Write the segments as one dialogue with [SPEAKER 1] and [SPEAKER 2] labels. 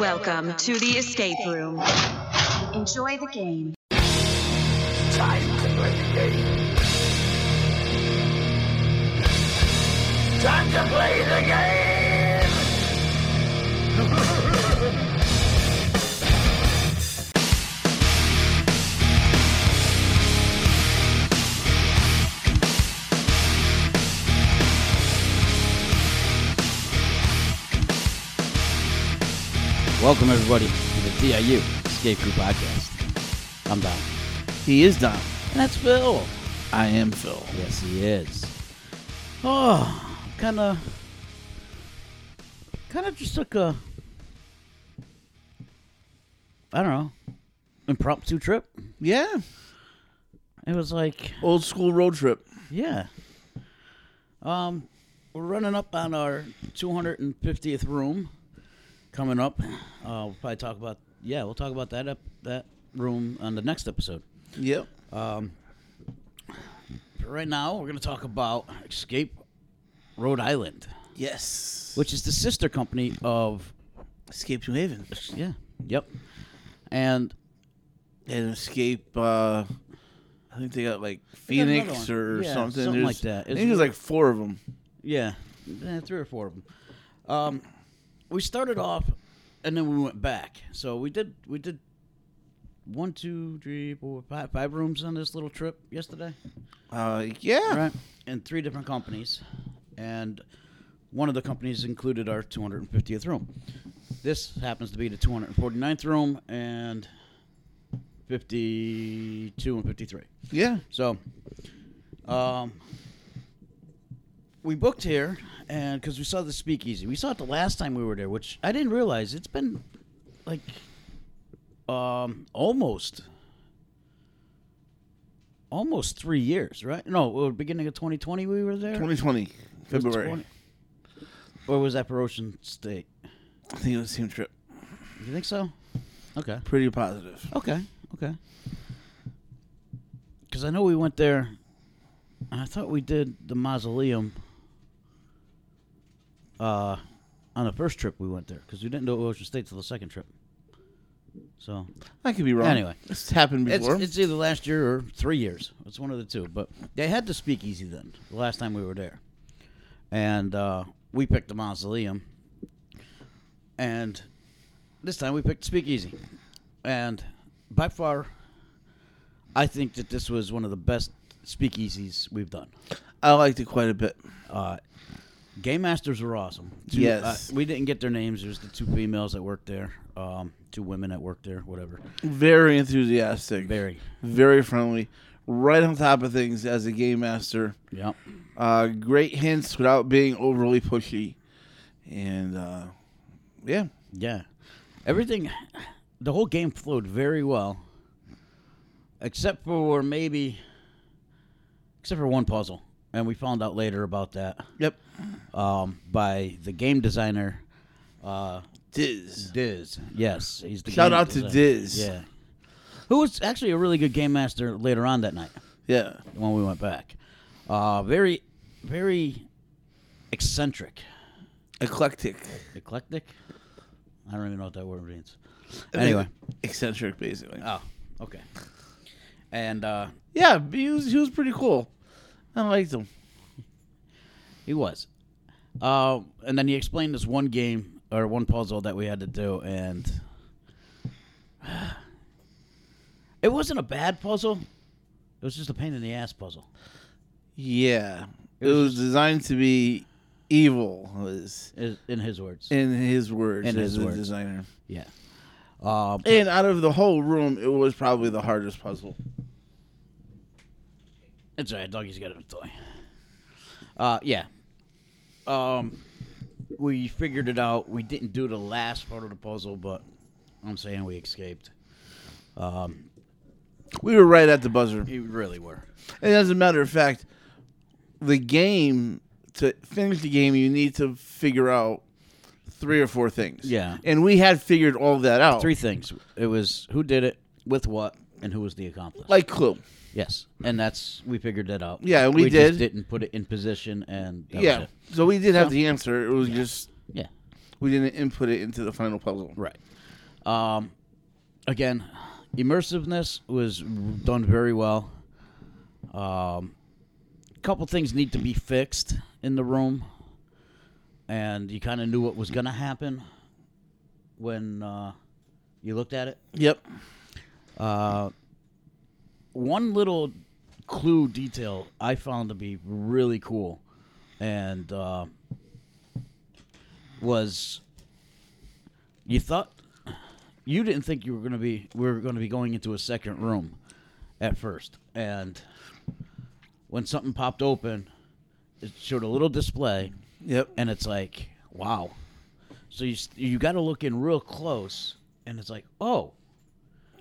[SPEAKER 1] Welcome to the escape room. Enjoy the game.
[SPEAKER 2] Time to play the game. Time to play the game.
[SPEAKER 3] Welcome everybody to the DIU Escape Crew Podcast. I'm Don.
[SPEAKER 4] He is Dom. And that's Phil. I am Phil.
[SPEAKER 3] Yes, he is.
[SPEAKER 4] Oh, kind of. Kind of just took a. I don't know.
[SPEAKER 3] Impromptu trip.
[SPEAKER 4] Yeah. It was like.
[SPEAKER 5] Old school road trip.
[SPEAKER 4] Yeah. Um, we're running up on our 250th room coming up. Uh, we'll probably talk about yeah, we'll talk about that up that room on the next episode.
[SPEAKER 5] Yep.
[SPEAKER 4] But right now, we're gonna talk about Escape Rhode Island,
[SPEAKER 5] Yes.
[SPEAKER 4] which is the sister company of
[SPEAKER 5] escape New Haven
[SPEAKER 4] yeah, yep, and
[SPEAKER 5] and escape. uh I think they got like
[SPEAKER 4] got another
[SPEAKER 5] Phoenix
[SPEAKER 4] one.
[SPEAKER 5] or
[SPEAKER 4] Yeah,
[SPEAKER 5] something.
[SPEAKER 4] something
[SPEAKER 5] There's-
[SPEAKER 4] like that.
[SPEAKER 5] I
[SPEAKER 4] It's-
[SPEAKER 5] think there's like four of them.
[SPEAKER 4] Yeah, eh, three or four of them. Um, we started off, and then we went back. So we did we did one, two, three, four, five, five rooms on this little trip yesterday,
[SPEAKER 5] Uh, yeah.
[SPEAKER 4] right? In three different companies, and one of the companies included our 250th room. This happens to be the 249th room and 52 and 53.
[SPEAKER 5] Yeah.
[SPEAKER 4] So, um, we booked here, and because we saw the speakeasy, we saw it the last time we were there, which I didn't realize it's been like um, almost almost three years, right? No, well, beginning of 2020 we were there.
[SPEAKER 5] 2020
[SPEAKER 4] It was
[SPEAKER 5] February.
[SPEAKER 4] 20 Or was that for Ocean State?
[SPEAKER 5] I think it was the same trip.
[SPEAKER 4] You think so? Okay.
[SPEAKER 5] Pretty positive.
[SPEAKER 4] Okay. Okay. Because I know we went there. and I thought we did the mausoleum. Uh, on the first trip we went there because we didn't do Ocean State till the second trip. So
[SPEAKER 5] I could be wrong.
[SPEAKER 4] Anyway.
[SPEAKER 5] it's happened
[SPEAKER 4] it's,
[SPEAKER 5] before.
[SPEAKER 4] it's either last year or three years. It's one of the two. But they had the speakeasy then, the last time we were there. And uh, we picked the mausoleum. And this time we picked speakeasy. And by far, I think that this was one of the best speakeasies we've done.
[SPEAKER 5] I liked it quite a bit.
[SPEAKER 4] Uh, Game Masters were awesome. Two-
[SPEAKER 5] Yes.
[SPEAKER 4] uh, we didn't get their names. There's the two females that worked there, um, two women that worked there, whatever.
[SPEAKER 5] Very enthusiastic.
[SPEAKER 4] Very.
[SPEAKER 5] Very friendly. Right on top of things as a game master.
[SPEAKER 4] Yep.
[SPEAKER 5] uh, great hints without being overly pushy, and uh, yeah,
[SPEAKER 4] Yeah. Everything, the whole game flowed very well, except for maybe, except for one puzzle. And we found out later about that
[SPEAKER 5] yep,
[SPEAKER 4] um, by the game designer, uh,
[SPEAKER 5] Diz.
[SPEAKER 4] Diz. Yes. He's the
[SPEAKER 5] Shout
[SPEAKER 4] game
[SPEAKER 5] out to
[SPEAKER 4] designer.
[SPEAKER 5] Diz.
[SPEAKER 4] Yeah. Who was actually a really good game master later on that night
[SPEAKER 5] Yeah,
[SPEAKER 4] when we went back. Uh, very, very eccentric.
[SPEAKER 5] eclectic,
[SPEAKER 4] Eclectic? I don't even know what that word means. Anyway.
[SPEAKER 5] eccentric, basically.
[SPEAKER 4] Oh, okay. And uh,
[SPEAKER 5] yeah, but he was he was pretty cool. I liked him.
[SPEAKER 4] he was. Uh, and then he explained this one game or one puzzle that we had to do, and it wasn't a bad puzzle. It was just a pain in the ass puzzle.
[SPEAKER 5] Yeah, it was designed to be evil, was
[SPEAKER 4] i- In his words,
[SPEAKER 5] in his words
[SPEAKER 4] In
[SPEAKER 5] as
[SPEAKER 4] his
[SPEAKER 5] a
[SPEAKER 4] words.
[SPEAKER 5] designer.
[SPEAKER 4] yeah. Uh,
[SPEAKER 5] And out of the whole room, it was probably the hardest puzzle.
[SPEAKER 4] It's alright, doggy's got a toy. Uh, yeah. Um, we figured it out. We didn't do the last part of the puzzle, but I'm saying we escaped.
[SPEAKER 5] We were right at the buzzer.
[SPEAKER 4] We really were.
[SPEAKER 5] And as a matter of fact, the game to finish the game, you need to figure out three or four things.
[SPEAKER 4] Yeah.
[SPEAKER 5] and we had figured all that out.
[SPEAKER 4] Three things. It was who did it, with what, and who was the accomplice.
[SPEAKER 5] like Clue.
[SPEAKER 4] yes, and that's we figured that out.
[SPEAKER 5] Yeah, we
[SPEAKER 4] just
[SPEAKER 5] did.
[SPEAKER 4] didn't put it in position, and that was
[SPEAKER 5] yeah,
[SPEAKER 4] it.
[SPEAKER 5] so we did have the answer. It was just
[SPEAKER 4] yeah.
[SPEAKER 5] We didn't input it into the final puzzle.
[SPEAKER 4] Right. Um, again, immersiveness was done very well. A um, couple things need to be fixed in the room, and you kind of knew what was going to happen when uh, you looked at it.
[SPEAKER 5] Yep.
[SPEAKER 4] Uh, one little clue detail I found to be really cool, and uh, was you thought you didn't think you were going to be we were going to be going into a second room at first, and when something popped open, it showed a little display,
[SPEAKER 5] Yep.
[SPEAKER 4] and it's like wow. So you s- you got to look in real close, and it's like oh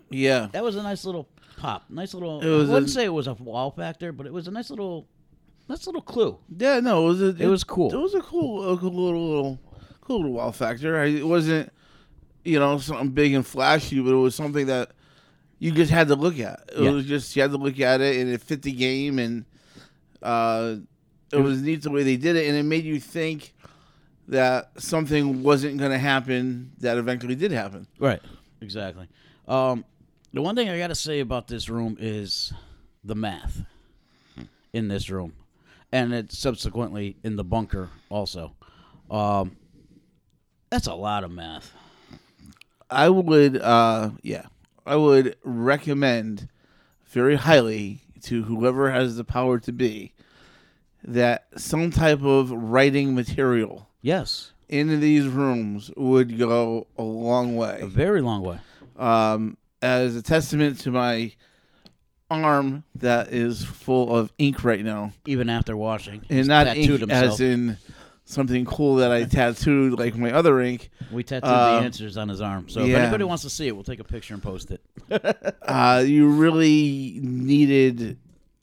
[SPEAKER 5] Yeah.
[SPEAKER 4] that was a nice little pop. Nice little.
[SPEAKER 5] It was
[SPEAKER 4] I wouldn't
[SPEAKER 5] a-
[SPEAKER 4] say it was a wow factor, but it was a nice little, nice little clue.
[SPEAKER 5] Yeah. No, it was. A, it,
[SPEAKER 4] was cool.
[SPEAKER 5] It was a cool, a cool little, little, cool little wow factor. I, it wasn't, you know, something big and flashy, but it was something that you just had to look at. It
[SPEAKER 4] Yeah.
[SPEAKER 5] was just you had to look at it, and it fit the game, and uh, it was neat the way they did it, and it made you think that something wasn't going to happen that eventually did happen.
[SPEAKER 4] Right. Exactly. Um, the one thing I got to say about this room is the math in this room, and it subsequently in the bunker also. Um, that's a lot of math.
[SPEAKER 5] I would, uh, yeah, I would recommend very highly to whoever has the power to be that some type of writing material
[SPEAKER 4] Yes,
[SPEAKER 5] in these rooms would go a long
[SPEAKER 4] a
[SPEAKER 5] way.
[SPEAKER 4] very long way.
[SPEAKER 5] Um, as a testament to my arm that is full of ink right now,
[SPEAKER 4] Even after washing,
[SPEAKER 5] and
[SPEAKER 4] He's
[SPEAKER 5] not
[SPEAKER 4] tattooed
[SPEAKER 5] ink
[SPEAKER 4] himself.
[SPEAKER 5] as in something cool that I tattooed like my other ink.
[SPEAKER 4] we tattooed
[SPEAKER 5] um,
[SPEAKER 4] the answers on his arm. So if
[SPEAKER 5] yeah.
[SPEAKER 4] anybody wants to see it, we'll take a picture and post it.
[SPEAKER 5] uh, you really needed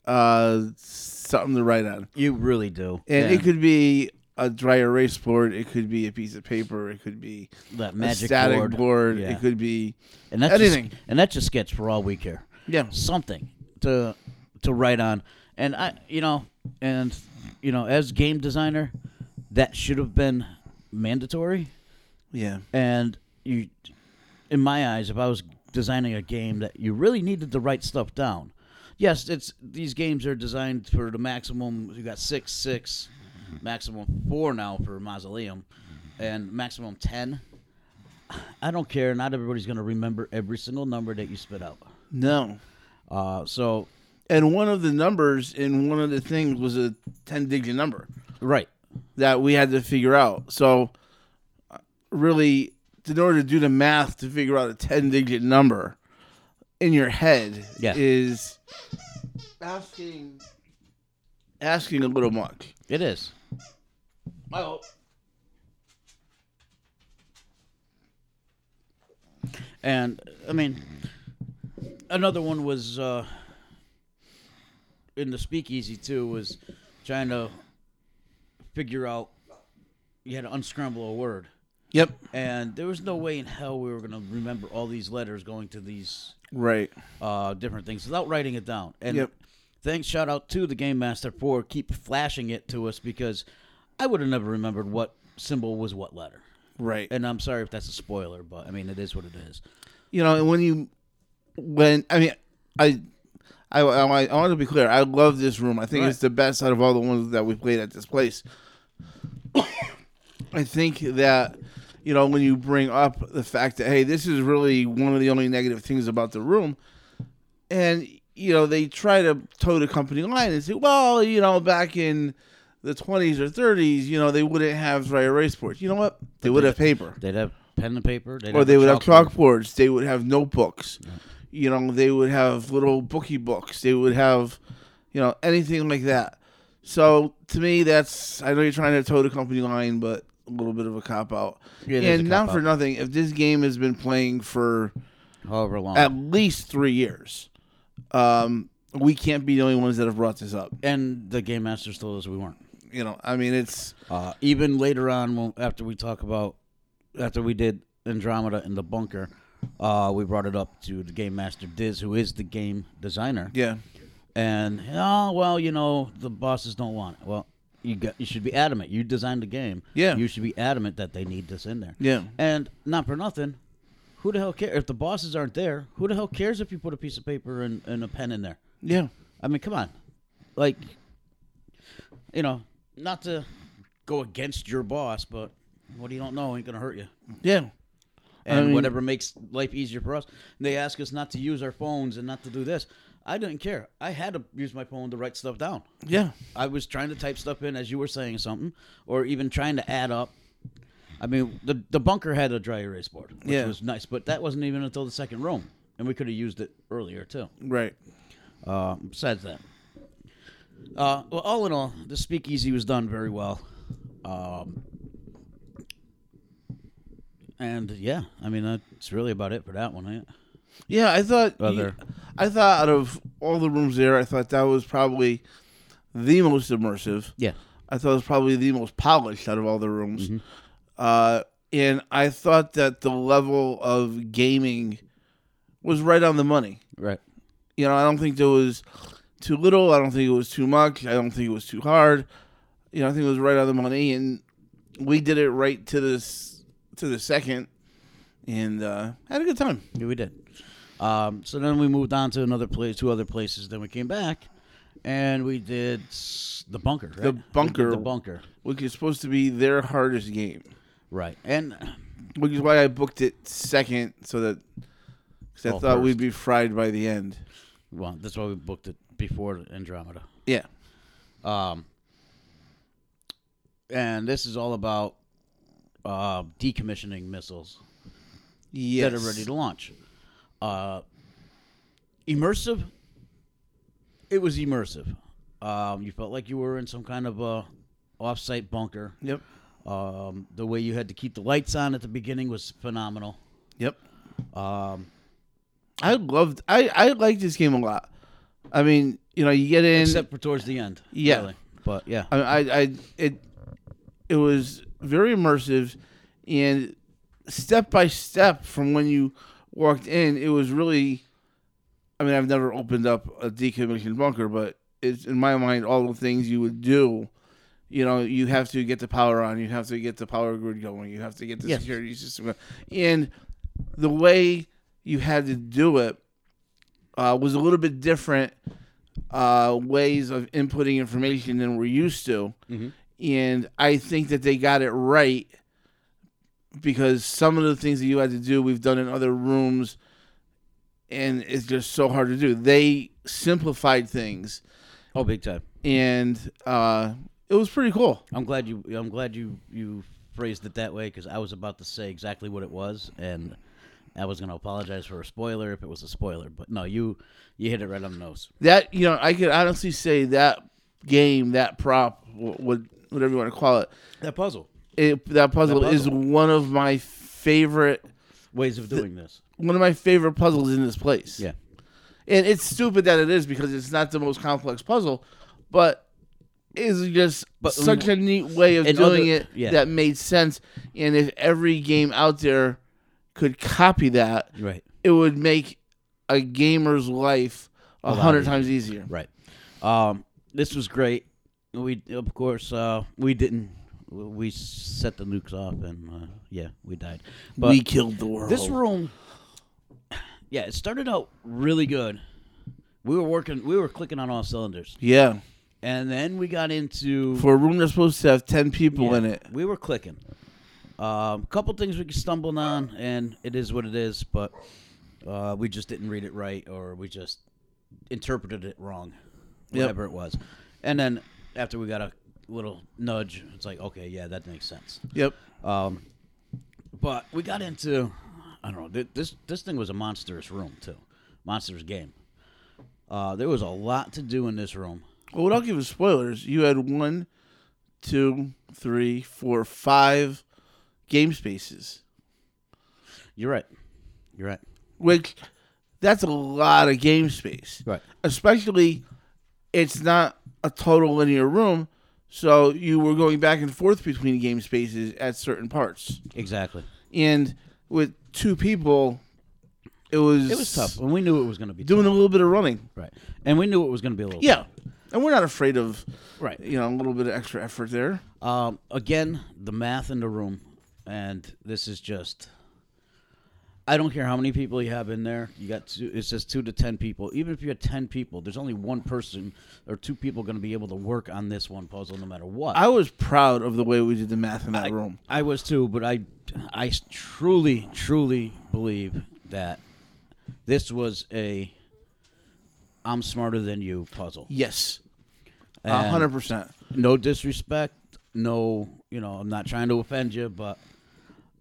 [SPEAKER 5] uh, something to write on.
[SPEAKER 4] You really do.
[SPEAKER 5] And
[SPEAKER 4] Yeah.
[SPEAKER 5] it could be a dry erase board, it could be a piece of paper, it could be
[SPEAKER 4] that
[SPEAKER 5] a
[SPEAKER 4] magic
[SPEAKER 5] static
[SPEAKER 4] board,
[SPEAKER 5] board,
[SPEAKER 4] Yeah.
[SPEAKER 5] it could be
[SPEAKER 4] and that's just-
[SPEAKER 5] anything.
[SPEAKER 4] and that's just sketch for all we care.
[SPEAKER 5] yeah.
[SPEAKER 4] Something to to write on, and I, you know, and you know, as game designer, that should have been mandatory.
[SPEAKER 5] Yeah.
[SPEAKER 4] And you, in my eyes, if I was designing a game that you really needed to write stuff down, yes, it's these games are designed for the maximum. You got six, six, maximum four now for Mausoleum, and maximum ten. I don't care. Not everybody's going to remember every single number that you spit out.
[SPEAKER 5] No.
[SPEAKER 4] Uh, so,
[SPEAKER 5] And one of the numbers in one of the things was a 10 digit number
[SPEAKER 4] right,
[SPEAKER 5] that we had to figure out. So, uh, really, in order to do the math to figure out a 10 digit number in your head
[SPEAKER 4] Yeah.
[SPEAKER 5] is asking asking a little much.
[SPEAKER 4] it is. And I mean, another one was uh, in the speakeasy too. Was trying to figure out you had to unscramble a word,
[SPEAKER 5] Yep.
[SPEAKER 4] and there was no way in hell we were going to remember all these letters going to these
[SPEAKER 5] Right.
[SPEAKER 4] uh, different things without writing it down. And
[SPEAKER 5] Yep.
[SPEAKER 4] thanks, shout out to the game master for keep flashing it to us because I would have never remembered what symbol was what letter.
[SPEAKER 5] Right.
[SPEAKER 4] And I'm sorry if that's a spoiler, but I mean it is what it is.
[SPEAKER 5] you know, and when you, when I mean, I, I, I, I want to be clear. I love this room. I think
[SPEAKER 4] Right.
[SPEAKER 5] it's the best out of all the ones that we played at this place. I think that, you know, when you bring up the fact that hey, this is really one of the only negative things about the room, and you know they try to toe the company line and say, well, you know, back in the 20s or 30s, you know, they wouldn't have dry erase boards. You know what? They would have paper
[SPEAKER 4] They'd have pen and paper. They'd
[SPEAKER 5] or
[SPEAKER 4] have
[SPEAKER 5] they
[SPEAKER 4] a
[SPEAKER 5] would have
[SPEAKER 4] chalkboard.
[SPEAKER 5] chalkboards. They would have notebooks. You know, they would have little bookie books. They would have, you know, anything like that. So to me, that's I know you're trying to toe the company line, but a little bit of a cop out.
[SPEAKER 4] Yeah, it is
[SPEAKER 5] and
[SPEAKER 4] a
[SPEAKER 5] not
[SPEAKER 4] cop
[SPEAKER 5] for
[SPEAKER 4] out.
[SPEAKER 5] nothing, if this game has been playing for
[SPEAKER 4] However long.
[SPEAKER 5] at least three years, um, we can't be the only ones that have brought this up.
[SPEAKER 4] and the game master still is we weren't.
[SPEAKER 5] You know, I mean, it's
[SPEAKER 4] Uh, even later on, when, after we talk about after we did Andromeda in the bunker, uh, we brought it up to the game master Diz, who is the game designer.
[SPEAKER 5] yeah,
[SPEAKER 4] And oh well, you know the bosses don't want it. Well, you got, you should be adamant. You designed the game.
[SPEAKER 5] Yeah.
[SPEAKER 4] You should be adamant that they need this in there.
[SPEAKER 5] Yeah.
[SPEAKER 4] And not for nothing, who the hell cares if the bosses aren't there? Who the hell cares if you put a piece of paper and, and a pen in there?
[SPEAKER 5] Yeah.
[SPEAKER 4] I mean, come on, like, you know, not to go against your boss, but what you don't know ain't gonna hurt you.
[SPEAKER 5] Yeah.
[SPEAKER 4] And
[SPEAKER 5] mean-
[SPEAKER 4] whatever makes life easier for us. And they ask us not to use our phones and not to do this. I didn't care. I had to use my phone to write stuff down.
[SPEAKER 5] Yeah.
[SPEAKER 4] I was trying to type stuff in as you were saying something, or even trying to add up. I mean, the the bunker had a dry erase board, which
[SPEAKER 5] Yeah.
[SPEAKER 4] was nice, but that wasn't even until the second room, and we could have used it earlier too.
[SPEAKER 5] Right.
[SPEAKER 4] Uh, besides that, uh, well, all in all, the speakeasy was done very well, um, and yeah, I mean that's really about it for that one. eh?
[SPEAKER 5] Yeah, I thought
[SPEAKER 4] Other.
[SPEAKER 5] I thought out of all the rooms there, I thought that was probably the most immersive.
[SPEAKER 4] Yeah, Mm-hmm.
[SPEAKER 5] I thought it was probably the most polished out of all the rooms. Uh, and I thought that the level of gaming was right on the money.
[SPEAKER 4] right.
[SPEAKER 5] You know, I don't think there was too little. I don't think it was too much. I don't think it was too hard. You know, I think it was right on the money, and we did it right to this to the second, and uh, had a good time.
[SPEAKER 4] Yeah, we did. Um, so then we moved on to another place, two other places. Then we came back, and we did s- the bunker. Right?
[SPEAKER 5] The
[SPEAKER 4] We did
[SPEAKER 5] bunker.
[SPEAKER 4] The bunker.
[SPEAKER 5] which is supposed to be their hardest game,
[SPEAKER 4] Right. And
[SPEAKER 5] which is why I booked it second so that because I
[SPEAKER 4] Well,
[SPEAKER 5] thought we
[SPEAKER 4] first.
[SPEAKER 5] we'd be fried by the end.
[SPEAKER 4] well, that's why we booked it before Andromeda.
[SPEAKER 5] Yeah,
[SPEAKER 4] Um, and this is all about uh, decommissioning missiles
[SPEAKER 5] yes,
[SPEAKER 4] that are ready to launch. Uh, immersive. It was immersive. Um, you felt like you were in some kind of a off-site bunker.
[SPEAKER 5] Yep,
[SPEAKER 4] Um, the way you had to keep the lights on at the beginning was phenomenal.
[SPEAKER 5] yep.
[SPEAKER 4] Um,
[SPEAKER 5] I loved. I I liked this game a lot. I mean, you know, you get in.
[SPEAKER 4] except for towards the end.
[SPEAKER 5] Yeah.
[SPEAKER 4] really. But yeah.
[SPEAKER 5] I, I I it it was very immersive, and step by step from when you walked in, it was really. I mean, I've never opened up a decommissioned bunker, but it's in my mind all the things you would do. You know, you have to get the power on, you have to get the power grid going, you have to get the
[SPEAKER 4] Yes.
[SPEAKER 5] security system, going. and the way you had to do it uh, was a little bit different uh, ways of inputting information than we're used to.
[SPEAKER 4] Mm-hmm.
[SPEAKER 5] And I think that they got it right because some of the things that you had to do, we've done in other rooms, and it's just so hard to do. They simplified things,
[SPEAKER 4] Oh, big time.
[SPEAKER 5] and uh, it was pretty cool.
[SPEAKER 4] I'm glad you. I'm glad you. You phrased it that way because I was about to say exactly what it was, and I was going to apologize for a spoiler if it was a spoiler. But no, you. You hit it right on the nose.
[SPEAKER 5] That you know, I could honestly say that game, that prop, wh- what whatever you want to call it,
[SPEAKER 4] That puzzle.
[SPEAKER 5] it that puzzle,
[SPEAKER 4] That
[SPEAKER 5] is
[SPEAKER 4] puzzle.
[SPEAKER 5] one of my favorite,
[SPEAKER 4] Ways of doing this.
[SPEAKER 5] one of my favorite puzzles in this place.
[SPEAKER 4] Yeah.
[SPEAKER 5] and it's stupid that it is because it's not the most complex puzzle, but it's just such a neat way of
[SPEAKER 4] And
[SPEAKER 5] doing
[SPEAKER 4] other-
[SPEAKER 5] it
[SPEAKER 4] yeah.
[SPEAKER 5] that made sense. And if every game out there could copy that,
[SPEAKER 4] Right.
[SPEAKER 5] it would make a gamer's life a
[SPEAKER 4] lot
[SPEAKER 5] hundred
[SPEAKER 4] easier.
[SPEAKER 5] times easier.
[SPEAKER 4] Right. Um, this was great. We of course uh, we didn't. We set the nukes off, and uh, yeah, we died. But
[SPEAKER 5] we Oh. killed the world.
[SPEAKER 4] this room, yeah, it started out really good. We were working. We were clicking on all cylinders,
[SPEAKER 5] yeah,
[SPEAKER 4] and then we got into
[SPEAKER 5] for a room that's supposed to have ten people
[SPEAKER 4] yeah,
[SPEAKER 5] in it.
[SPEAKER 4] We were clicking. A couple things we stumbled on, and it is what it is. But uh, we just didn't read it right, or we just interpreted it wrong,
[SPEAKER 5] Yep.
[SPEAKER 4] whatever it was. And then after we got a little nudge, it's like, okay, yeah, that makes sense.
[SPEAKER 5] Yep.
[SPEAKER 4] Um, but we got into, I don't know, th- this this thing was a monstrous room too, monstrous game. Uh, there was a lot to do in this room.
[SPEAKER 5] Well, without giving spoilers, you had one, two, three, four, five game spaces.
[SPEAKER 4] You're right. You're right.
[SPEAKER 5] which that's a lot of game space.
[SPEAKER 4] Right.
[SPEAKER 5] Especially it's not a total linear room, so you were going back and forth between game spaces at certain parts.
[SPEAKER 4] Exactly.
[SPEAKER 5] And with two people, it was
[SPEAKER 4] It was tough, and we knew it was going to be
[SPEAKER 5] doing
[SPEAKER 4] tough.
[SPEAKER 5] a little bit of running.
[SPEAKER 4] right, and we knew it was going to be a little.
[SPEAKER 5] Yeah. and we're not afraid of
[SPEAKER 4] Right.
[SPEAKER 5] you know a little bit of extra effort there.
[SPEAKER 4] Um, again, the math in the room, and this is just. I don't care how many people you have in there. You got two, it says two to ten people. Even if you had ten people, there's only one person or two people going to be able to work on this one puzzle, no matter what.
[SPEAKER 5] I was proud of the way we did the math in that
[SPEAKER 4] I,
[SPEAKER 5] room.
[SPEAKER 4] I was too, but I, I truly, truly believe that this was a "I'm smarter than you" puzzle.
[SPEAKER 5] Yes,
[SPEAKER 4] And-
[SPEAKER 5] a hundred percent.
[SPEAKER 4] no disrespect no you know i'm not trying to offend you but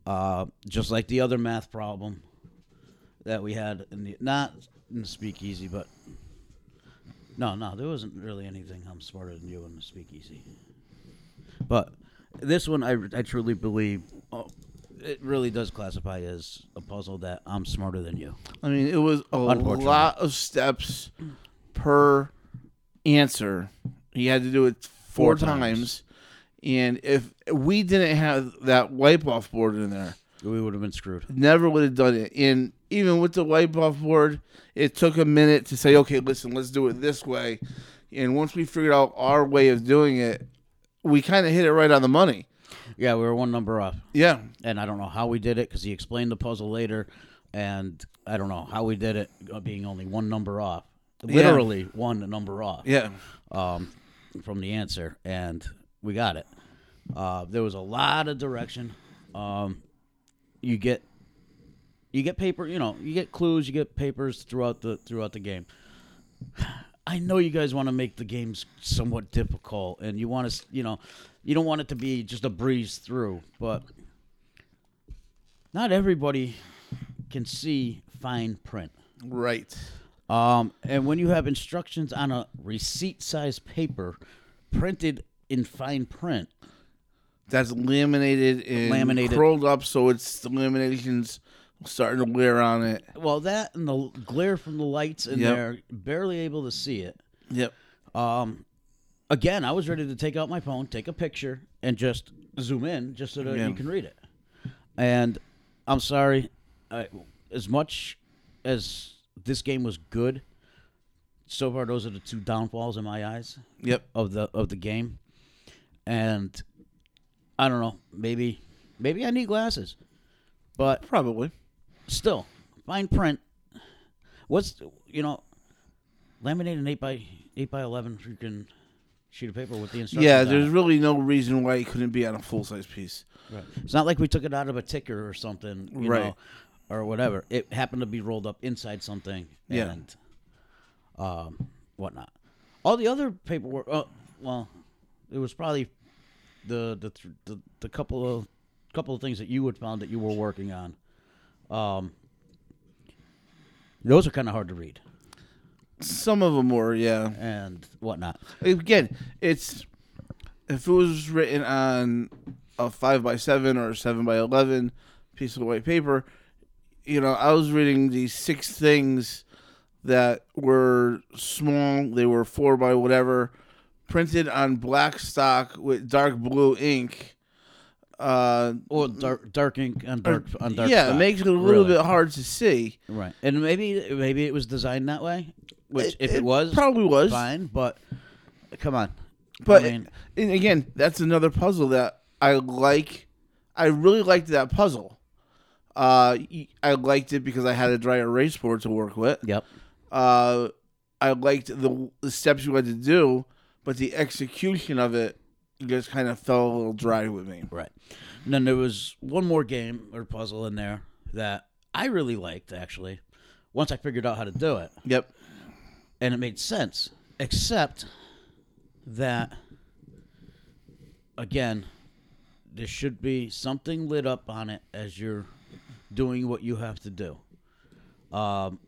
[SPEAKER 4] uh just like the other math problem that we had in the not in the speakeasy but no no there wasn't really anything i'm smarter than you in the speakeasy but this one i, I truly believe oh, it really does classify as a puzzle that i'm smarter than you
[SPEAKER 5] I mean, it was a
[SPEAKER 4] Unfortunately.
[SPEAKER 5] lot of steps per answer. He had to do it four,
[SPEAKER 4] Four times.
[SPEAKER 5] times. And if we didn't have that wipe off board in there,
[SPEAKER 4] we would have been screwed
[SPEAKER 5] never would have done it. And even with the wipe off board, it took a minute to say, okay, listen, let's do it this way. And once we figured out our way of doing it, we kind of hit it right on the money.
[SPEAKER 4] yeah we were one number off
[SPEAKER 5] Yeah.
[SPEAKER 4] and I don't know how we did it because he explained the puzzle later, and I don't know how we did it uh, being only one number off, literally one number off
[SPEAKER 5] Yeah.
[SPEAKER 4] um, from the answer, and we got it. Uh, there was a lot of direction. Um, you get you get paper, you know, you get clues, you get papers throughout the throughout the game. I know you guys want to make the games somewhat difficult, and you want to, you know, you don't want it to be just a breeze through, but not everybody can see fine print.
[SPEAKER 5] Right.
[SPEAKER 4] Um, and when you have instructions on a receipt sized paper printed in fine print,
[SPEAKER 5] That's laminated and
[SPEAKER 4] Laminated.
[SPEAKER 5] curled up, so it's the laminations starting to wear on it.
[SPEAKER 4] well, that and the glare from the lights in
[SPEAKER 5] Yep.
[SPEAKER 4] there, barely able to see it.
[SPEAKER 5] Yep.
[SPEAKER 4] Um, again, I was ready to take out my phone, take a picture, and just zoom in just so that
[SPEAKER 5] Yeah.
[SPEAKER 4] you can read it. And I'm sorry, I, as much as this game was good, so far those are the two downfalls in my eyes.
[SPEAKER 5] Yep.
[SPEAKER 4] of the of the game, and I don't know. Maybe maybe I need glasses, but
[SPEAKER 5] Probably.
[SPEAKER 4] still, fine print. What's you know, laminate an eight by eight by eleven freaking sheet of paper with the instructions.
[SPEAKER 5] yeah,
[SPEAKER 4] on
[SPEAKER 5] there's
[SPEAKER 4] it.
[SPEAKER 5] really no reason why it couldn't be on a full size piece.
[SPEAKER 4] It's not like we took it out of a ticker or something, you
[SPEAKER 5] Right.
[SPEAKER 4] know, or whatever. It happened to be rolled up inside something
[SPEAKER 5] Yeah.
[SPEAKER 4] and um, whatnot. All the other paperwork, uh, well, it was probably the the, th- the the couple of couple of things that you had found that you were working on. Um, those are kind of hard to read
[SPEAKER 5] Some of them were, yeah.
[SPEAKER 4] and whatnot.
[SPEAKER 5] Again, it's if it was written on a five by seven or a seven by eleven piece of white paper, you know, I was reading these six things that were small. They were four by whatever, printed on black stock with dark blue ink. Uh,
[SPEAKER 4] Or dark, dark ink on dark on dark.
[SPEAKER 5] yeah,
[SPEAKER 4] stock,
[SPEAKER 5] it makes it a little
[SPEAKER 4] really.
[SPEAKER 5] bit hard to see.
[SPEAKER 4] Right, and maybe maybe it was designed that way. Which,
[SPEAKER 5] It-
[SPEAKER 4] if
[SPEAKER 5] it
[SPEAKER 4] it was,
[SPEAKER 5] probably was.
[SPEAKER 4] fine. But come on,
[SPEAKER 5] But
[SPEAKER 4] I mean-
[SPEAKER 5] and again, that's another puzzle that I like. I really liked that puzzle. Uh, y- I liked it because I had a dry erase board to work with.
[SPEAKER 4] yep.
[SPEAKER 5] Uh, I liked the, the steps you had to do, but the execution of it just kind of fell a little dry with me.
[SPEAKER 4] Right. And then there was one more game or puzzle in there that I really liked actually. Once I figured out how to do it,
[SPEAKER 5] Yep.
[SPEAKER 4] and it made sense, except that again, there should be something lit up on it as you're doing what you have to do. Um,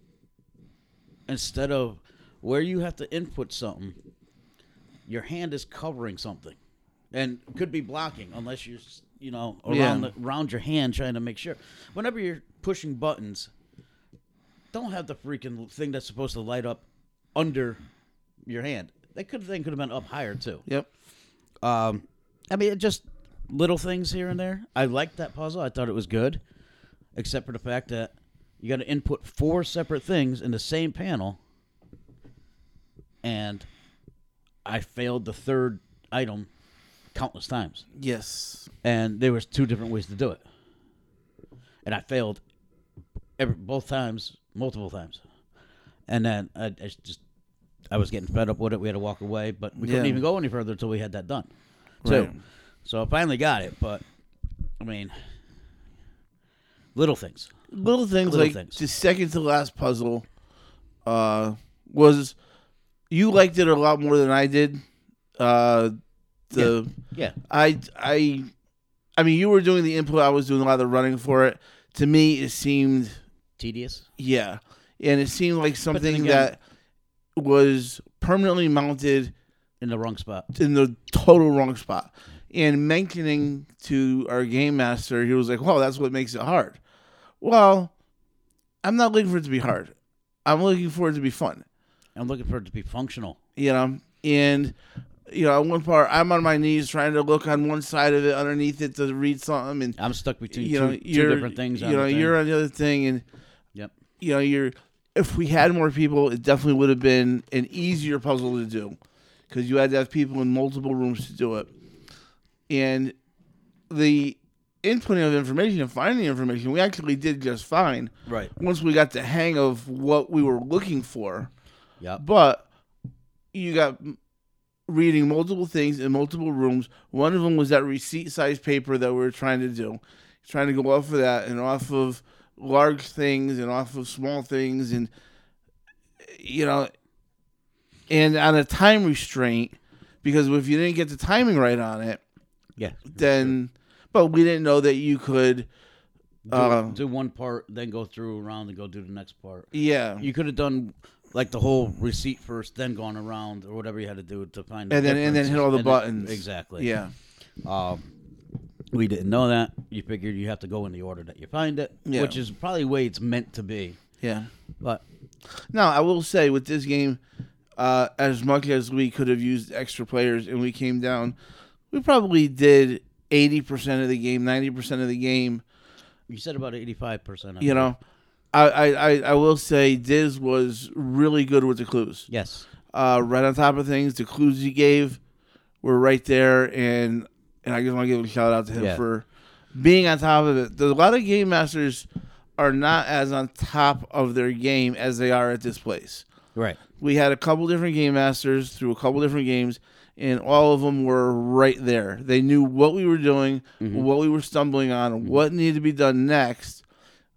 [SPEAKER 4] instead of where you have to input something, your hand is covering something, and could be blocking unless you're s- you know around
[SPEAKER 5] Yeah.
[SPEAKER 4] the, around your hand trying to make sure. Whenever you're pushing buttons, don't have the freaking thing that's supposed to light up under your hand. That could thing could have been up higher too.
[SPEAKER 5] Yep.
[SPEAKER 4] Um, I mean, it just little things here and there. I liked that puzzle. I thought it was good, except for the fact that you got to input four separate things in the same panel, and I failed the third item countless times,
[SPEAKER 5] Yes.
[SPEAKER 4] and there was two different ways to do it, and I failed every, both times, multiple times, and then I, I just I was getting fed up with it. We had to walk away, but we couldn't
[SPEAKER 5] Yeah.
[SPEAKER 4] even go any further until we had that done. So,
[SPEAKER 5] Right.
[SPEAKER 4] so I finally got it, but I mean, little things.
[SPEAKER 5] Little things
[SPEAKER 4] Little
[SPEAKER 5] like
[SPEAKER 4] things.
[SPEAKER 5] the second to last puzzle uh, was you liked it a lot more than I did. Uh, the
[SPEAKER 4] Yeah,
[SPEAKER 5] I I I mean you were doing the input, I was doing a lot of the running for it. To me it seemed
[SPEAKER 4] tedious.
[SPEAKER 5] yeah. And it seemed like something
[SPEAKER 4] again-
[SPEAKER 5] that was permanently mounted
[SPEAKER 4] in the wrong spot.
[SPEAKER 5] in the total wrong spot. And mentioning to our game master, he was like, "Well, that's what makes it hard." Well, I'm not looking for it to be hard. I'm looking for it to be fun.
[SPEAKER 4] I'm looking for it to be functional.
[SPEAKER 5] You know, and you know, at one part, I'm on my knees trying to look on one side of it, underneath it to read something, and
[SPEAKER 4] I'm stuck between
[SPEAKER 5] you
[SPEAKER 4] two,
[SPEAKER 5] know,
[SPEAKER 4] two
[SPEAKER 5] you're
[SPEAKER 4] different things.
[SPEAKER 5] You
[SPEAKER 4] on
[SPEAKER 5] know,
[SPEAKER 4] the thing.
[SPEAKER 5] you're on the other thing, and
[SPEAKER 4] Yep.
[SPEAKER 5] you know, you're if we had more people, it definitely would have been an easier puzzle to do because you had to have people in multiple rooms to do it. And the inputting of information and finding information, we actually did just fine
[SPEAKER 4] right.
[SPEAKER 5] once we got the hang of what we were looking for.
[SPEAKER 4] Yep.
[SPEAKER 5] But you got m- reading multiple things in multiple rooms. One of them was that receipt size paper that we were trying to do, trying to go off of that and off of large things and off of small things and you know and on a time restraint because if you didn't get the timing right on it
[SPEAKER 4] Yeah.
[SPEAKER 5] then but we didn't know that you could
[SPEAKER 4] Do,
[SPEAKER 5] uh,
[SPEAKER 4] do one part, then go through around and go do the next part.
[SPEAKER 5] yeah
[SPEAKER 4] You could have done like the whole receipt first, then gone around or whatever you had to do to find. the
[SPEAKER 5] and then and then hit all
[SPEAKER 4] differences.
[SPEAKER 5] the
[SPEAKER 4] And
[SPEAKER 5] buttons
[SPEAKER 4] then- exactly.
[SPEAKER 5] yeah
[SPEAKER 4] We didn't know that. You figured you have to go in the order that you find it,
[SPEAKER 5] Yeah.
[SPEAKER 4] which is probably the way it's meant to be.
[SPEAKER 5] yeah
[SPEAKER 4] But
[SPEAKER 5] Now, I will say with this game, uh, as much as we could have used extra players and we came down, we probably did 80% of the game, 90% of the game.
[SPEAKER 4] you said about eighty-five percent.
[SPEAKER 5] You know, I, I, I- I will say Diz was really good with the clues.
[SPEAKER 4] Yes.
[SPEAKER 5] Uh, right on top of things, the clues he gave were right there. And, and I just want to give a shout out to him
[SPEAKER 4] Yeah.
[SPEAKER 5] for being on top of it. There's a lot of game masters are not as on top of their game as they are at this place
[SPEAKER 4] Right.
[SPEAKER 5] we had a couple different game masters through a couple different games and all of them were right there they knew what we were doing what we were stumbling on what needed to be done next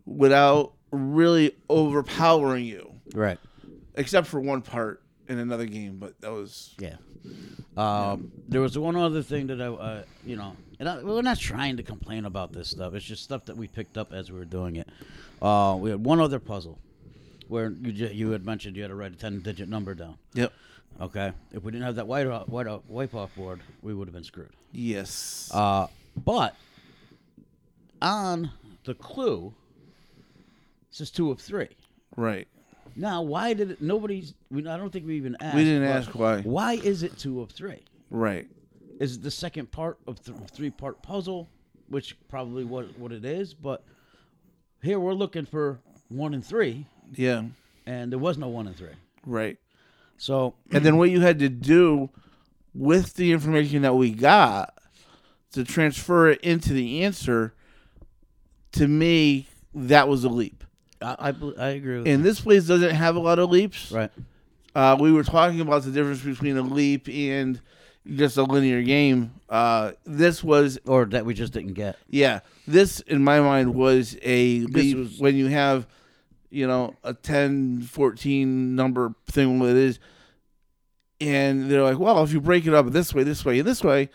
[SPEAKER 5] without really overpowering you
[SPEAKER 4] Right.
[SPEAKER 5] except for one part in another game but that was
[SPEAKER 4] Yeah. Um, there was one other thing that I, uh, you know, and I, we're not trying to complain about this stuff. It's just stuff that we picked up as we were doing it. Uh, we had one other puzzle where you ju- you had mentioned you had to write a ten digit number down.
[SPEAKER 5] yep
[SPEAKER 4] Okay, if we didn't have that white out, white out, wipe off board, we would have been screwed.
[SPEAKER 5] yes
[SPEAKER 4] Uh, but on the clue, it says two of three.
[SPEAKER 5] right
[SPEAKER 4] Now, why did it, nobody's? We, I don't think we even asked.
[SPEAKER 5] didn't
[SPEAKER 4] but
[SPEAKER 5] ask why.
[SPEAKER 4] Why is it two of three?
[SPEAKER 5] right
[SPEAKER 4] is it the second part of th- three part puzzle, which probably what what it is. But here we're looking for one and three,
[SPEAKER 5] yeah
[SPEAKER 4] and there was no one and three.
[SPEAKER 5] right
[SPEAKER 4] So
[SPEAKER 5] and then what you had to do with the information that we got to transfer it into the answer to me that was a leap
[SPEAKER 4] I I, bel- I agree with
[SPEAKER 5] and this place doesn't have a lot of leaps
[SPEAKER 4] you. right.
[SPEAKER 5] uh, we were talking about the difference between a leap and just a linear game uh, this was
[SPEAKER 4] Or that we just didn't get.
[SPEAKER 5] yeah this in my mind was a leap
[SPEAKER 4] was-
[SPEAKER 5] when you have you know a 10 14 number thing what it is and they're like well if you break it up this way this way and this way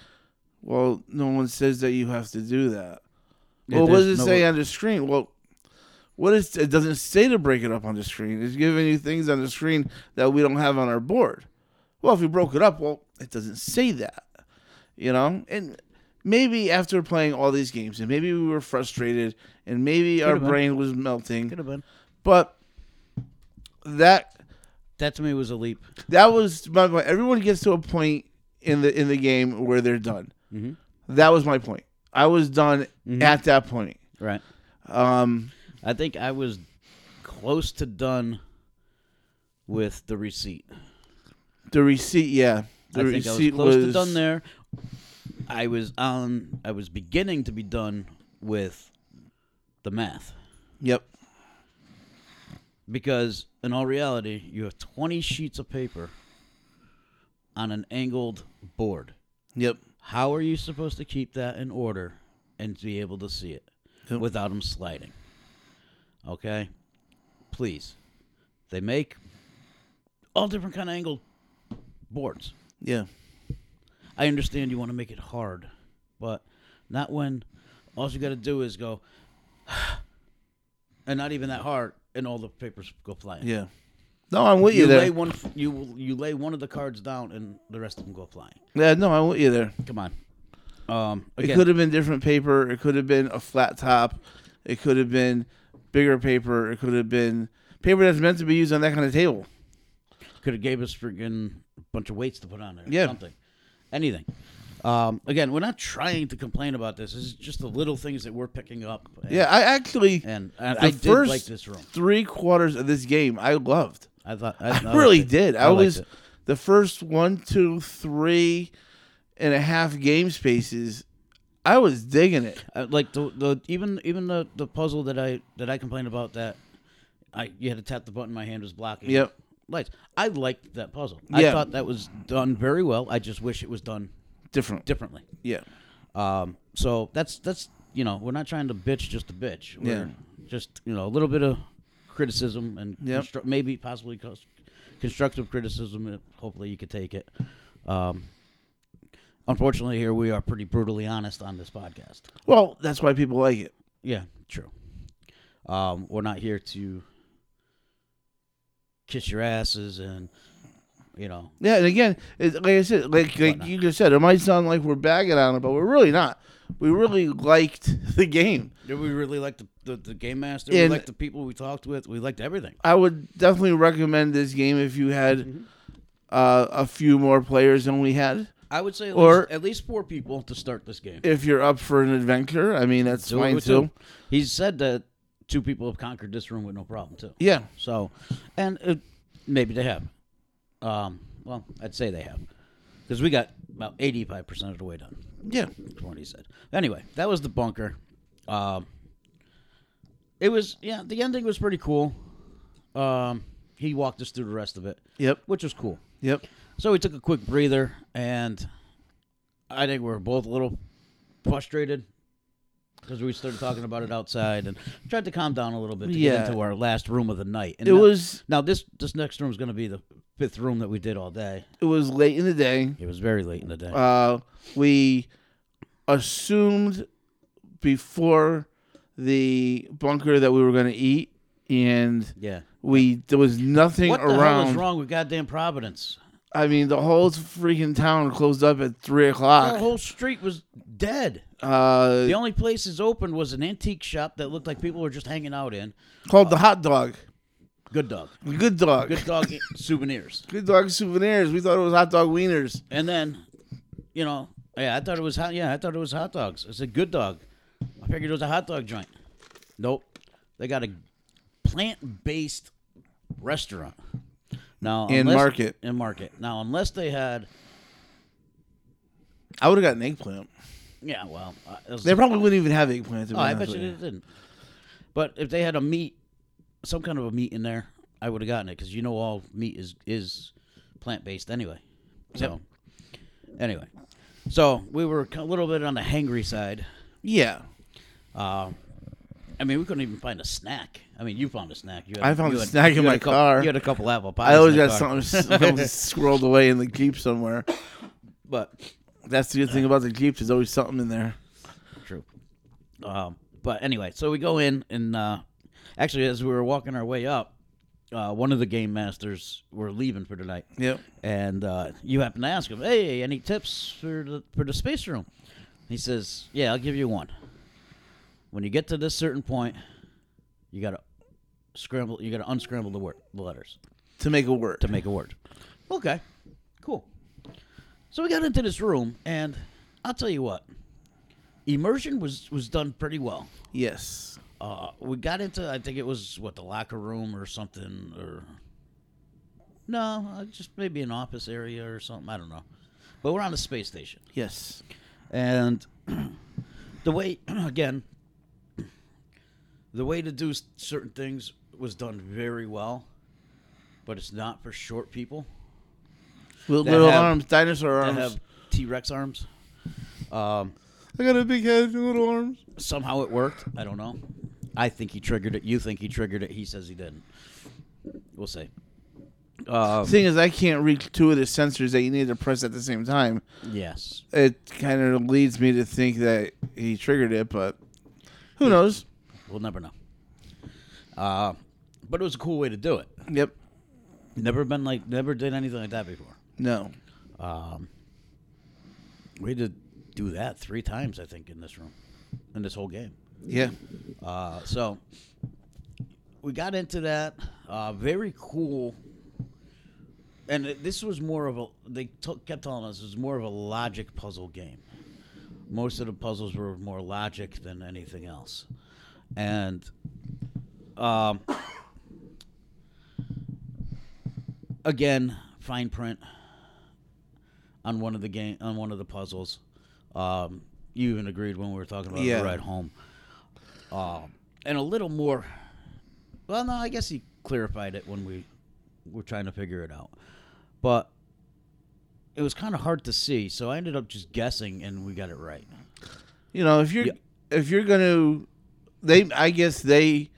[SPEAKER 5] well no one says that you have to do that
[SPEAKER 4] Yeah,
[SPEAKER 5] well what does
[SPEAKER 4] there's
[SPEAKER 5] it
[SPEAKER 4] no-
[SPEAKER 5] say on the screen well what is it doesn't say to break it up on the screen it's giving you things on the screen that we don't have on our board well if you broke it up well it doesn't say that you know and maybe after playing all these games and maybe we were frustrated and maybe our
[SPEAKER 4] have been.
[SPEAKER 5] brain was melting
[SPEAKER 4] Could have been.
[SPEAKER 5] but that
[SPEAKER 4] That to me was a leap.
[SPEAKER 5] that was my point. Everyone gets to a point in the in the game where they're done.
[SPEAKER 4] Mm-hmm.
[SPEAKER 5] That was my point. I was done at that point.
[SPEAKER 4] Right.
[SPEAKER 5] Um,
[SPEAKER 4] I think I was close to done with the receipt.
[SPEAKER 5] the receipt, yeah,
[SPEAKER 4] I
[SPEAKER 5] The
[SPEAKER 4] think I was
[SPEAKER 5] receipt
[SPEAKER 4] close to
[SPEAKER 5] was-
[SPEAKER 4] done there. I was on. I was beginning to be done with the math
[SPEAKER 5] Yep.
[SPEAKER 4] because, in all reality, you have 20 sheets of paper on an angled board.
[SPEAKER 5] Yep.
[SPEAKER 4] How are you supposed to keep that in order and be able to see it
[SPEAKER 5] Yep.
[SPEAKER 4] without them sliding? Okay, please. They make all different kind of angled boards.
[SPEAKER 5] Yeah.
[SPEAKER 4] I understand you want to make it hard, but not when all you got to do is go, and not even that hard, and all the papers go flying.
[SPEAKER 5] Yeah. No, I'm with you,
[SPEAKER 4] You
[SPEAKER 5] there.
[SPEAKER 4] lay one, you you lay one of the cards down, and the rest of them go flying.
[SPEAKER 5] yeah, no, I'm with you there.
[SPEAKER 4] Come on. Um,
[SPEAKER 5] It
[SPEAKER 4] again,
[SPEAKER 5] could have been different paper. It could have been a flat top. It could have been bigger paper. It could have been paper that's meant to be used on that kind of table.
[SPEAKER 4] could have gave us freaking bunch of weights to put on there.
[SPEAKER 5] Yeah.
[SPEAKER 4] Something. Anything. Um, again, we're not trying to complain about this. This is just the little things that we're picking up. And,
[SPEAKER 5] Yeah, I actually
[SPEAKER 4] And, and
[SPEAKER 5] the
[SPEAKER 4] I did
[SPEAKER 5] first
[SPEAKER 4] like this room.
[SPEAKER 5] three quarters of this game I loved.
[SPEAKER 4] I thought
[SPEAKER 5] I,
[SPEAKER 4] liked
[SPEAKER 5] really
[SPEAKER 4] it.
[SPEAKER 5] did. I,
[SPEAKER 4] liked
[SPEAKER 5] was
[SPEAKER 4] it.
[SPEAKER 5] the first one, two, three and a half game spaces. I was digging it.
[SPEAKER 4] Uh, like the, the even even the, the puzzle that I that I complained about that I you had to tap the button my hand was blocking.
[SPEAKER 5] Yep.
[SPEAKER 4] Lights. I liked that puzzle. I
[SPEAKER 5] Yeah.
[SPEAKER 4] thought that was done very well. I just wish it was done
[SPEAKER 5] Different.
[SPEAKER 4] differently.
[SPEAKER 5] yeah.
[SPEAKER 4] Um, so that's that's you know we're not trying to bitch just to bitch. We're Just you know a little bit of criticism and
[SPEAKER 5] Yep.
[SPEAKER 4] constru- maybe possibly cons- constructive criticism. and Hopefully you could take it. Um, unfortunately, here we are pretty brutally honest on this podcast.
[SPEAKER 5] Well, that's why people like it.
[SPEAKER 4] Yeah, true. Um, we're not here to kiss your asses and you know
[SPEAKER 5] Yeah, and again, it, like I said, like, like
[SPEAKER 4] not?
[SPEAKER 5] you just said, it might sound like we're bagging on it, but we're really not. We really liked the game.
[SPEAKER 4] did we really like the, the, the game master we
[SPEAKER 5] And-
[SPEAKER 4] liked the people we talked with we liked everything
[SPEAKER 5] I would definitely recommend this game if you had
[SPEAKER 4] Mm-hmm.
[SPEAKER 5] uh, a few more players than we had.
[SPEAKER 4] I would say at,
[SPEAKER 5] Or-
[SPEAKER 4] least, at least four people to start this game.
[SPEAKER 5] If you're up for an adventure, I mean that's
[SPEAKER 4] Do it
[SPEAKER 5] fine
[SPEAKER 4] with
[SPEAKER 5] too.
[SPEAKER 4] two. He said that two people have conquered this room with no problem too.
[SPEAKER 5] Yeah,
[SPEAKER 4] So, and uh maybe they have. Um, well, I'd say they have because we got about eighty-five percent of the way done.
[SPEAKER 5] yeah,
[SPEAKER 4] That's what he said. Anyway, that was the bunker. Um, it was yeah. The ending was pretty cool. Um, he walked us through the rest of it,
[SPEAKER 5] yep,
[SPEAKER 4] which was cool.
[SPEAKER 5] yep,
[SPEAKER 4] So we took a quick breather, and I think we were both a little frustrated because we started talking about it outside and tried to calm down a little bit to
[SPEAKER 5] Yeah.
[SPEAKER 4] get into our last room of the night. And
[SPEAKER 5] It
[SPEAKER 4] now-
[SPEAKER 5] was-
[SPEAKER 4] now this this next room is going to be the fifth room that we did all day.
[SPEAKER 5] it was late in the day.
[SPEAKER 4] It was very late in the day.
[SPEAKER 5] Uh, we assumed before the bunker that we were going to eat, and
[SPEAKER 4] yeah.
[SPEAKER 5] we there was nothing
[SPEAKER 4] What the hell
[SPEAKER 5] around.
[SPEAKER 4] is wrong with goddamn Providence?
[SPEAKER 5] I mean, the whole freaking town closed up at three
[SPEAKER 4] Our
[SPEAKER 5] o'clock.
[SPEAKER 4] whole street was dead.
[SPEAKER 5] Uh,
[SPEAKER 4] The only places open was an antique shop that looked like people were just hanging out in.
[SPEAKER 5] called the hot dog,
[SPEAKER 4] Good dog.
[SPEAKER 5] good dog,
[SPEAKER 4] Good dog souvenirs.
[SPEAKER 5] good dog souvenirs. We thought it was hot dog wieners.
[SPEAKER 4] And then, you know, yeah, I thought it was hot. Yeah, I thought it was hot dogs. I said good dog. I figured it was a hot dog joint. Nope, they got a plant-based restaurant now
[SPEAKER 5] And
[SPEAKER 4] unless-
[SPEAKER 5] market.
[SPEAKER 4] and market. Now, unless they had,
[SPEAKER 5] I would have got an eggplant.
[SPEAKER 4] yeah, well, I- it was-
[SPEAKER 5] They probably wouldn't even have eggplant. To be
[SPEAKER 4] oh, I
[SPEAKER 5] honest
[SPEAKER 4] bet
[SPEAKER 5] with
[SPEAKER 4] you they didn't. But if they had a meat, some kind of a meat in there, I would have gotten it because you know all meat is is plant-based anyway. So, anyway, so we were a little bit on the hangry side.
[SPEAKER 5] Yeah,
[SPEAKER 4] I mean, we couldn't even find a snack. I mean, you found a snack. You had,
[SPEAKER 5] I found
[SPEAKER 4] you
[SPEAKER 5] a
[SPEAKER 4] had-
[SPEAKER 5] snack in
[SPEAKER 4] you had
[SPEAKER 5] my
[SPEAKER 4] a couple-
[SPEAKER 5] car.
[SPEAKER 4] You had a couple apple pies.
[SPEAKER 5] I always
[SPEAKER 4] in the
[SPEAKER 5] got
[SPEAKER 4] car.
[SPEAKER 5] something, something squirreled away in the jeep somewhere.
[SPEAKER 4] but
[SPEAKER 5] That's the good thing about the jeep. There's always something in there.
[SPEAKER 4] true. Um, but anyway, so we go in and uh, actually, as we were walking our way up, uh, one of the game masters were leaving for tonight.
[SPEAKER 5] Yep.
[SPEAKER 4] And uh, you happen to ask him, "Hey, any tips for the for the space room?" He says, "Yeah, I'll give you one. When you get to this certain point, you gotta scramble. You gotta unscramble the word, the letters."
[SPEAKER 5] To make a word.
[SPEAKER 4] to make a word. Okay, cool. So we got into this room, and I'll tell you what, immersion was was done pretty well.
[SPEAKER 5] Yes.
[SPEAKER 4] Uh, we got into I think it was what the locker room or something or no, uh, just maybe an office area or something. I don't know. But we're on the space station.
[SPEAKER 5] Yes.
[SPEAKER 4] And the way, again, the way to do s- certain things was done very well, but it's not for short people
[SPEAKER 5] With
[SPEAKER 4] That
[SPEAKER 5] little
[SPEAKER 4] have-
[SPEAKER 5] arms, dinosaur
[SPEAKER 4] that
[SPEAKER 5] arms.
[SPEAKER 4] have T Rex arms. Um,
[SPEAKER 5] I got a big head and little arms.
[SPEAKER 4] somehow it worked. I don't know. I think he triggered it. You think he triggered it. He says he didn't. We'll see. Um,
[SPEAKER 5] Thing is, I can't reach two of the sensors that you need to press at the same time.
[SPEAKER 4] yes.
[SPEAKER 5] It kind of leads me to think that he triggered it, but who knows?
[SPEAKER 4] We'll never know. Uh, but it was a cool way to do it.
[SPEAKER 5] Yep.
[SPEAKER 4] Never been like, never did anything like that before.
[SPEAKER 5] No.
[SPEAKER 4] Um, we did do that three times, I think, in this room, in this whole game.
[SPEAKER 5] Yeah.
[SPEAKER 4] Uh, so we got into that. Uh, very cool. And it- this was more of a. They t- kept telling us it was more of a logic puzzle game. Most of the puzzles were more logic than anything else, and um, again, fine print on one of the game on one of the puzzles. Um, you even agreed when we were talking about
[SPEAKER 5] Yeah.
[SPEAKER 4] the ride home, um, and a little more. Well, no, I guess he clarified it when we were trying to figure it out, but it was kind of hard to see, so I ended up just guessing, and we got it right.
[SPEAKER 5] You know, if you're
[SPEAKER 4] Yeah.
[SPEAKER 5] if you're gonna, they I guess they,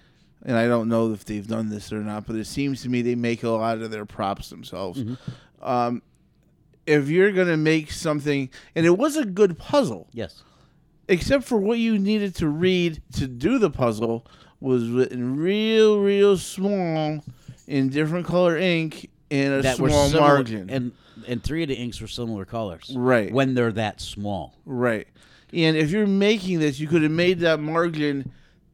[SPEAKER 5] and I don't know if they've done this or not, but it seems to me they make a lot of their props themselves. Um, if you're gonna make something, and it was a good puzzle,
[SPEAKER 4] Yes.
[SPEAKER 5] except for what you needed to read to do the puzzle was written real, real small in different color ink in a small
[SPEAKER 4] similar-
[SPEAKER 5] margin.
[SPEAKER 4] and and three of the inks were similar colors.
[SPEAKER 5] Right.
[SPEAKER 4] When they're that small.
[SPEAKER 5] right. And if you're making this, you could have made that margin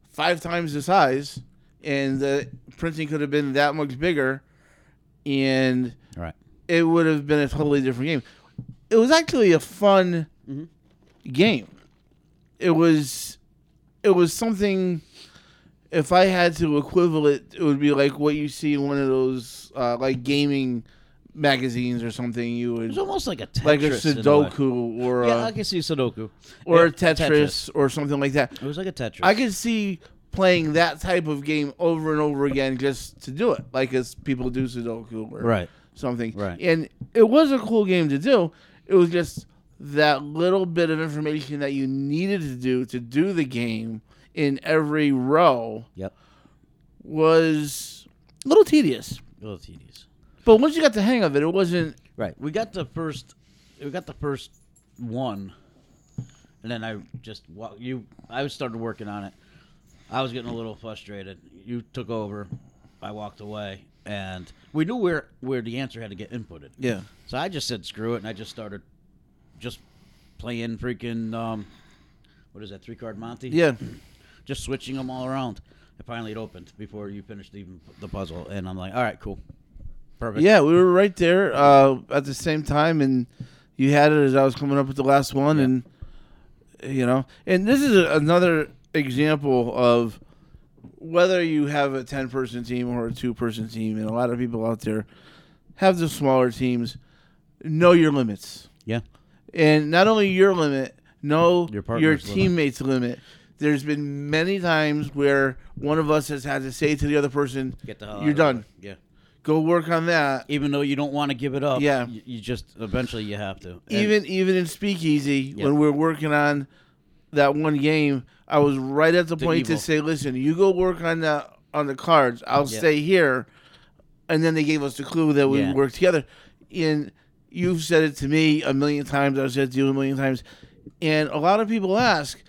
[SPEAKER 5] five times the size, and the printing could have been that much bigger, and
[SPEAKER 4] Right.
[SPEAKER 5] it would have been a totally different game. It was actually a fun
[SPEAKER 4] Mm-hmm.
[SPEAKER 5] game. It was it was something if I had to equivalent it would be like what you see in one of those uh, like gaming magazines or something you
[SPEAKER 4] It
[SPEAKER 5] would
[SPEAKER 4] was almost like a Tetris.
[SPEAKER 5] like a
[SPEAKER 4] in way.
[SPEAKER 5] Sudoku or a,
[SPEAKER 4] Yeah, I can see Sudoku.
[SPEAKER 5] or a
[SPEAKER 4] Yeah,
[SPEAKER 5] Tetris, or something like that.
[SPEAKER 4] It was like a Tetris.
[SPEAKER 5] I could see playing that type of game over and over again just to do it, like as people do Sudoku or
[SPEAKER 4] Right.
[SPEAKER 5] something.
[SPEAKER 4] Right.
[SPEAKER 5] And it was a cool game to do. It was just that little bit of information that you needed to do to do the game in every row
[SPEAKER 4] Yep.
[SPEAKER 5] was a little tedious.
[SPEAKER 4] Little TDs.
[SPEAKER 5] But once you got the hang of it, it wasn't
[SPEAKER 4] Right. We got the first. We got the first one, and then I just wa- you. I started working on it. I was getting a little frustrated. You took over. I walked away, and we knew where where the answer had to get inputted.
[SPEAKER 5] yeah.
[SPEAKER 4] So I just said screw it, and I just started just playing freaking um, what is that three card Monty?
[SPEAKER 5] Yeah.
[SPEAKER 4] just switching them all around. And finally, it opened before you finished even the puzzle, and I'm like, all right, cool, perfect.
[SPEAKER 5] Yeah, we were right there uh, at the same time, and you had it as I was coming up with the last one, and you know, and this is a, another example of whether you have a ten-person team or a two-person team, and a lot of people out there have the smaller teams. Know your limits,
[SPEAKER 4] yeah,
[SPEAKER 5] and not only your limit, know
[SPEAKER 4] Your
[SPEAKER 5] your,
[SPEAKER 4] partner's limit.
[SPEAKER 5] teammates' limit. There's been many times where one of us has had to say to the other person,
[SPEAKER 4] get the hell out
[SPEAKER 5] "You're
[SPEAKER 4] of the way.
[SPEAKER 5] done.
[SPEAKER 4] Yeah,
[SPEAKER 5] Go work on that."
[SPEAKER 4] even though you don't want to give it up,
[SPEAKER 5] Yeah.
[SPEAKER 4] you, you just eventually you have to. And-
[SPEAKER 5] even even in Speakeasy,
[SPEAKER 4] Yeah.
[SPEAKER 5] when we were working on that one game, I was right at the,
[SPEAKER 4] The
[SPEAKER 5] point to
[SPEAKER 4] evil.
[SPEAKER 5] say, "Listen, you go work on the on the cards. I'll
[SPEAKER 4] Yeah.
[SPEAKER 5] stay here." And then they gave us the clue that we
[SPEAKER 4] Yeah.
[SPEAKER 5] work together. And you've said it to me a million times. I've said it to you a million times. And a lot of people ask,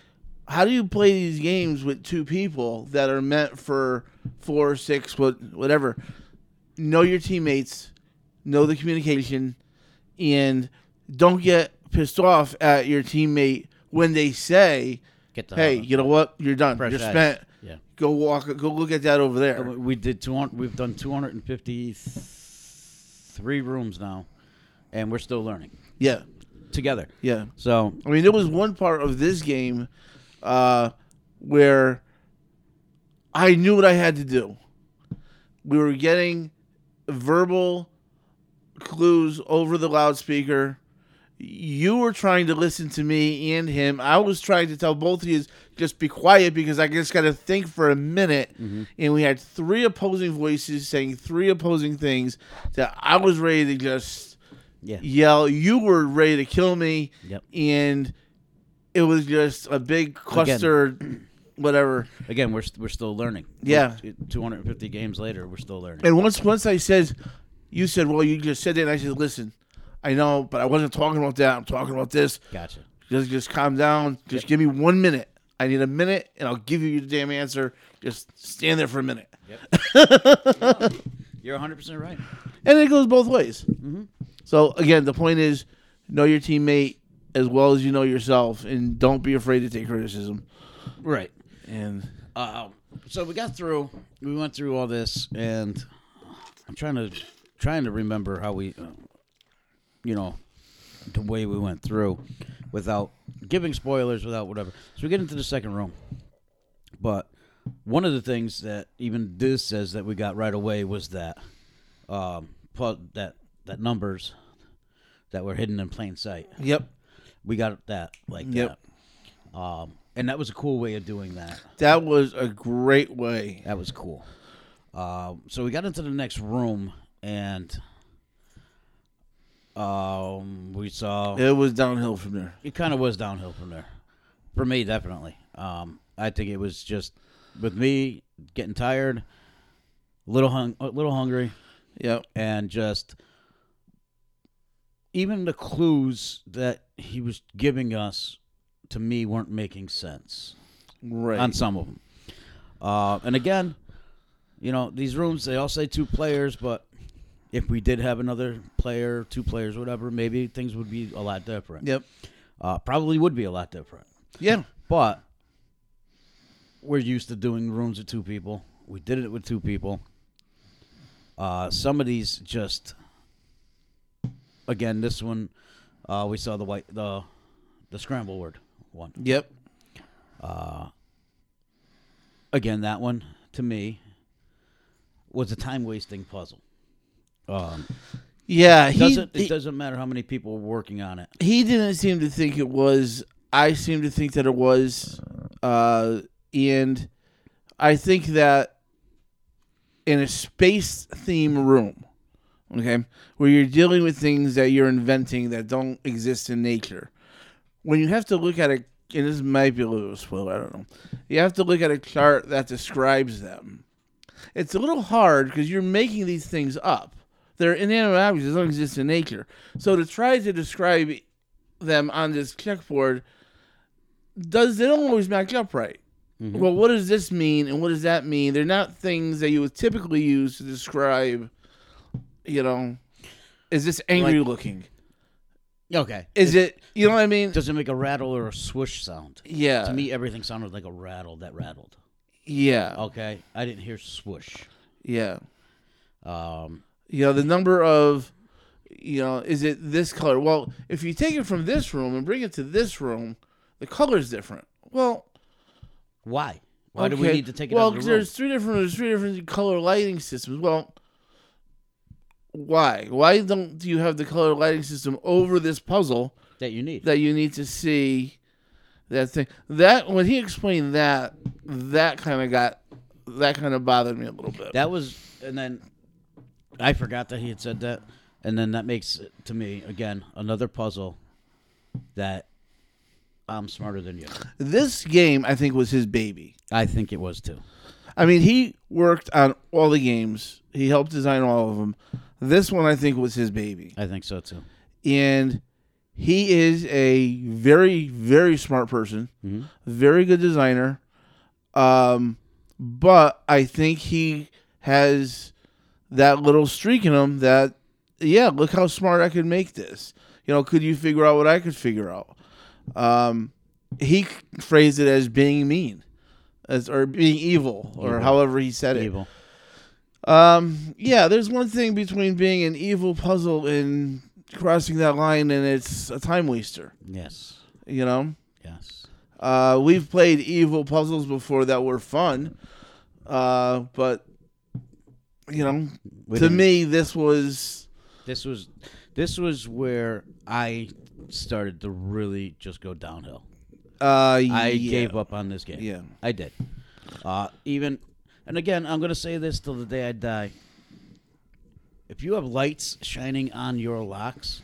[SPEAKER 5] "How do you play these games with two people that are meant for four, six, what, whatever?" Know your teammates, know the communication, and don't get pissed off at your teammate when they say,
[SPEAKER 4] get the
[SPEAKER 5] "Hey,
[SPEAKER 4] hell out.
[SPEAKER 5] you know what? You're done.
[SPEAKER 4] Fresh
[SPEAKER 5] You're
[SPEAKER 4] eyes.
[SPEAKER 5] spent.
[SPEAKER 4] Yeah.
[SPEAKER 5] Go walk. Go look at that over
[SPEAKER 4] Uh,
[SPEAKER 5] there."
[SPEAKER 4] We did two hundred. We've done two hundred and fifty three rooms now, and we're still learning
[SPEAKER 5] Yeah,
[SPEAKER 4] together.
[SPEAKER 5] yeah.
[SPEAKER 4] So
[SPEAKER 5] I mean, there was one part of this game uh, where I knew what I had to do. We were getting verbal clues over the loudspeaker. you were trying to listen to me and him. I was trying to tell both of you just be quiet because I just got to think for a minute.
[SPEAKER 4] Mm-hmm.
[SPEAKER 5] And we had three opposing voices saying three opposing things that I was ready to just
[SPEAKER 4] Yeah.
[SPEAKER 5] yell. You were ready to kill me.
[SPEAKER 4] Yep.
[SPEAKER 5] And it was just a big cluster, whatever.
[SPEAKER 4] Again, we're st- we're still learning.
[SPEAKER 5] Yeah.
[SPEAKER 4] two hundred and fifty games later, we're still learning.
[SPEAKER 5] And once once I said, you said, well, you just said it. And I said, listen, I know, but I wasn't talking about that. I'm talking about this.
[SPEAKER 4] Gotcha.
[SPEAKER 5] Just just calm down. Just give me one minute. I need a minute, and I'll give you the damn answer. Just stand there for a minute.
[SPEAKER 4] You're one hundred percent right.
[SPEAKER 5] And it goes both ways. So again, the point is, know your teammate as well as you know yourself, and don't be afraid to take criticism.
[SPEAKER 4] Right.
[SPEAKER 5] And
[SPEAKER 4] Uh, so we got through. We went through all this, and I'm trying to trying to remember how we, uh, you know, the way we went through, without giving spoilers, without whatever. So we get into the second room, but one of the things that even this says that we got right away was that, um, pu- that that numbers that were hidden in plain sight.
[SPEAKER 5] yep,
[SPEAKER 4] We got that like
[SPEAKER 5] Yep.
[SPEAKER 4] that, um, and that was a cool way of doing that.
[SPEAKER 5] that was a great way.
[SPEAKER 4] That was cool. Um, so we got into the next room and um, we saw
[SPEAKER 5] It was downhill from there.
[SPEAKER 4] it kind of was downhill from there. For me, definitely. Um, I think it was just with me getting tired, little hung, a little hungry,
[SPEAKER 5] Yep.
[SPEAKER 4] and just even the clues that he was giving us to me weren't making sense
[SPEAKER 5] Right.
[SPEAKER 4] on some of them. Uh, and again, you know, these rooms they all say two players, but if we did have another player, two players, whatever, maybe things would be a lot different.
[SPEAKER 5] yep.
[SPEAKER 4] Uh, probably would be a lot different.
[SPEAKER 5] Yeah.
[SPEAKER 4] But we're used to doing rooms with two people. We did it with two people. Uh, some of these just, again, this one, uh, we saw the white the the scramble word one.
[SPEAKER 5] Yep.
[SPEAKER 4] again, that one to me was a time wasting puzzle. Um,
[SPEAKER 5] Yeah. He,
[SPEAKER 4] doesn't it
[SPEAKER 5] he-
[SPEAKER 4] doesn't matter how many people were working on it.
[SPEAKER 5] he didn't seem to think it was. I seem to think that it was, uh, and I think that in a space theme room, okay, where you're dealing with things that you're inventing that don't exist in nature, when you have to look at a and this might be a little spoiler, I don't know. You have to look at a chart that describes them. It's a little hard because you're making these things up. They're inanimate objects that don't exist in nature. So to try to describe them on this checkboard does they don't always match up right. Well, what does this mean and what does that mean? They're not things that you would typically use to describe. You know, is this angry looking?
[SPEAKER 4] Okay,
[SPEAKER 5] Is it? You know what I mean?
[SPEAKER 4] doesn't make a rattle or a swoosh sound.
[SPEAKER 5] yeah.
[SPEAKER 4] to me, everything sounded like a rattle that rattled.
[SPEAKER 5] yeah.
[SPEAKER 4] Okay, I didn't hear swoosh.
[SPEAKER 5] Yeah.
[SPEAKER 4] Um,
[SPEAKER 5] You know, the number of, you know, is it this color? Well, if you take it from this room and bring it to this room, the color's different. Well,
[SPEAKER 4] why? Why do we
[SPEAKER 5] okay.
[SPEAKER 4] need to take it
[SPEAKER 5] Well,
[SPEAKER 4] out of
[SPEAKER 5] 'cause
[SPEAKER 4] the room?
[SPEAKER 5] there's three different there's three different color lighting systems. Well, why? Why don't you have the color lighting system over this puzzle
[SPEAKER 4] that you need?
[SPEAKER 5] that you need to see that thing? That when he explained that, that kind of got that kind of bothered me a little bit.
[SPEAKER 4] That was, and then I forgot that he had said that, and then that makes it, to me again another puzzle that I'm smarter than you.
[SPEAKER 5] this game, I think, was his baby.
[SPEAKER 4] I think it was too.
[SPEAKER 5] I mean, he worked on all the games. He helped design all of them. This one, I think, was his baby,
[SPEAKER 4] I think so too.
[SPEAKER 5] and he is a very, very smart person, very good designer. Um, but I think he has that little streak in him that, yeah, look how smart I could make this. You know, could you figure out what I could figure out? Um, he phrased it as being mean, as or being evil, or however he said it.
[SPEAKER 4] Evil.
[SPEAKER 5] Um, yeah, there's one thing between being an evil puzzle and crossing that line, and it's a time waster.
[SPEAKER 4] Yes.
[SPEAKER 5] You know,
[SPEAKER 4] Yes.
[SPEAKER 5] uh, we've played evil puzzles before that were fun, uh, but you know,
[SPEAKER 4] We
[SPEAKER 5] to
[SPEAKER 4] didn't-
[SPEAKER 5] me, this was
[SPEAKER 4] This was this was where I started to really just go downhill.
[SPEAKER 5] Uh,
[SPEAKER 4] I
[SPEAKER 5] yeah.
[SPEAKER 4] gave up on this game.
[SPEAKER 5] Yeah.
[SPEAKER 4] I did. Uh, even, and again, I'm going to say this till the day I die. If you have lights shining on your locks,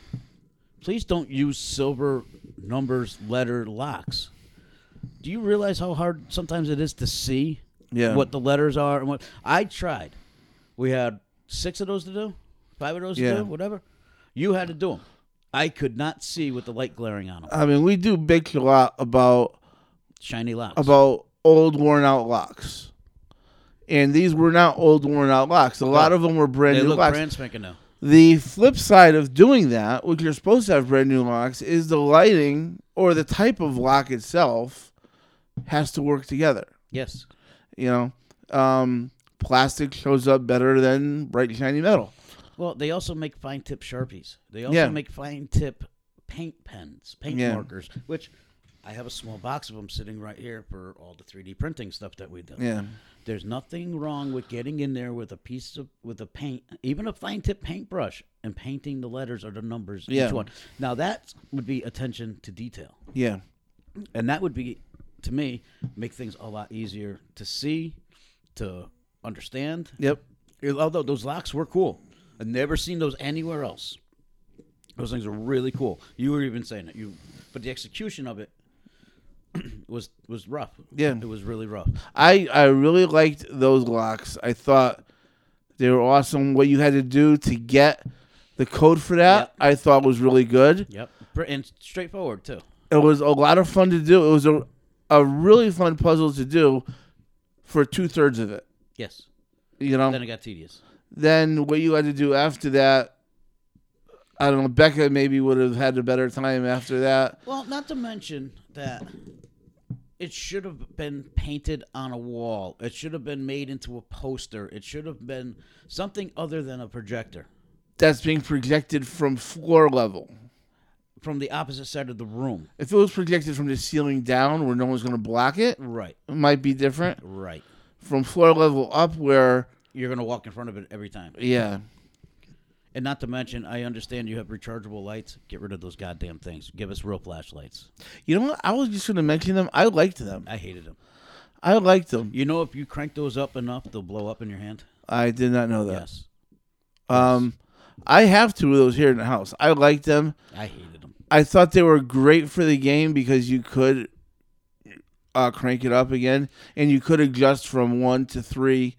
[SPEAKER 4] please don't use silver numbers letter locks. Do you realize how hard sometimes it is to see
[SPEAKER 5] Yeah.
[SPEAKER 4] what the letters are and what I tried. We had six of those to do, five of those
[SPEAKER 5] Yeah.
[SPEAKER 4] to do, whatever. You had to do them. I could not see with the light glaring on them.
[SPEAKER 5] I mean, we do bitch a lot about
[SPEAKER 4] Shiny locks.
[SPEAKER 5] about old worn out locks, and these were not old worn out locks. A lot of them were brand
[SPEAKER 4] they
[SPEAKER 5] new
[SPEAKER 4] look
[SPEAKER 5] locks.
[SPEAKER 4] brand spanking new.
[SPEAKER 5] The flip side of doing that, which you're supposed to have brand new locks, is the lighting or the type of lock itself has to work together.
[SPEAKER 4] Yes.
[SPEAKER 5] You know, um, plastic shows up better than bright shiny metal.
[SPEAKER 4] Well, they also make fine tip sharpies. They also
[SPEAKER 5] Yeah.
[SPEAKER 4] make fine tip paint pens, paint
[SPEAKER 5] Yeah.
[SPEAKER 4] markers, which I have a small box of them sitting right here for all the 3D printing stuff that we do.
[SPEAKER 5] Yeah.
[SPEAKER 4] There's nothing wrong with getting in there with a piece of with a paint, even a fine tip paintbrush, and painting the letters or the numbers
[SPEAKER 5] Yeah.
[SPEAKER 4] each one. Now that would be attention to detail,
[SPEAKER 5] Yeah.
[SPEAKER 4] and that would be, to me, make things a lot easier to see, to understand.
[SPEAKER 5] Yep.
[SPEAKER 4] Although those locks were cool, I've never seen those anywhere else. Those things are really cool. You were even saying it. You, but the execution of it was was rough.
[SPEAKER 5] Yeah.
[SPEAKER 4] it was really rough.
[SPEAKER 5] I I really liked those locks. I thought they were awesome. What you had to do to get the code for that, I thought was really good.
[SPEAKER 4] Yep, Pr- and straightforward too.
[SPEAKER 5] It was a lot of fun to do. It was a a really fun puzzle to do for two thirds of it.
[SPEAKER 4] Yes.
[SPEAKER 5] You know,
[SPEAKER 4] Then it
[SPEAKER 5] then,
[SPEAKER 4] got tedious.
[SPEAKER 5] what you had to do after that. I don't know. Becca maybe would have had a better time after that.
[SPEAKER 4] Well, not to mention that it should have been painted on a wall. It should have been made into a poster. It should have been something other than a projector
[SPEAKER 5] That's being projected from floor level.
[SPEAKER 4] from the opposite side of the room.
[SPEAKER 5] If it was projected from the ceiling down, where no one's going to block it,
[SPEAKER 4] Right.
[SPEAKER 5] it might be different.
[SPEAKER 4] Right.
[SPEAKER 5] From floor level up, where
[SPEAKER 4] You're going to walk in front of it every time.
[SPEAKER 5] yeah,
[SPEAKER 4] And not to mention, I understand you have rechargeable lights. Get rid of those goddamn things. Give us real flashlights.
[SPEAKER 5] you know what? I was just going to mention them. I liked them.
[SPEAKER 4] I hated them.
[SPEAKER 5] I liked them.
[SPEAKER 4] You know, if you crank those up enough, they'll blow up in your hand.
[SPEAKER 5] I did not know that.
[SPEAKER 4] Yes.
[SPEAKER 5] Um, I have two of those here in the house. I like them.
[SPEAKER 4] I hated them.
[SPEAKER 5] I thought they were great for the game because you could uh, crank it up again, and you could adjust from one to three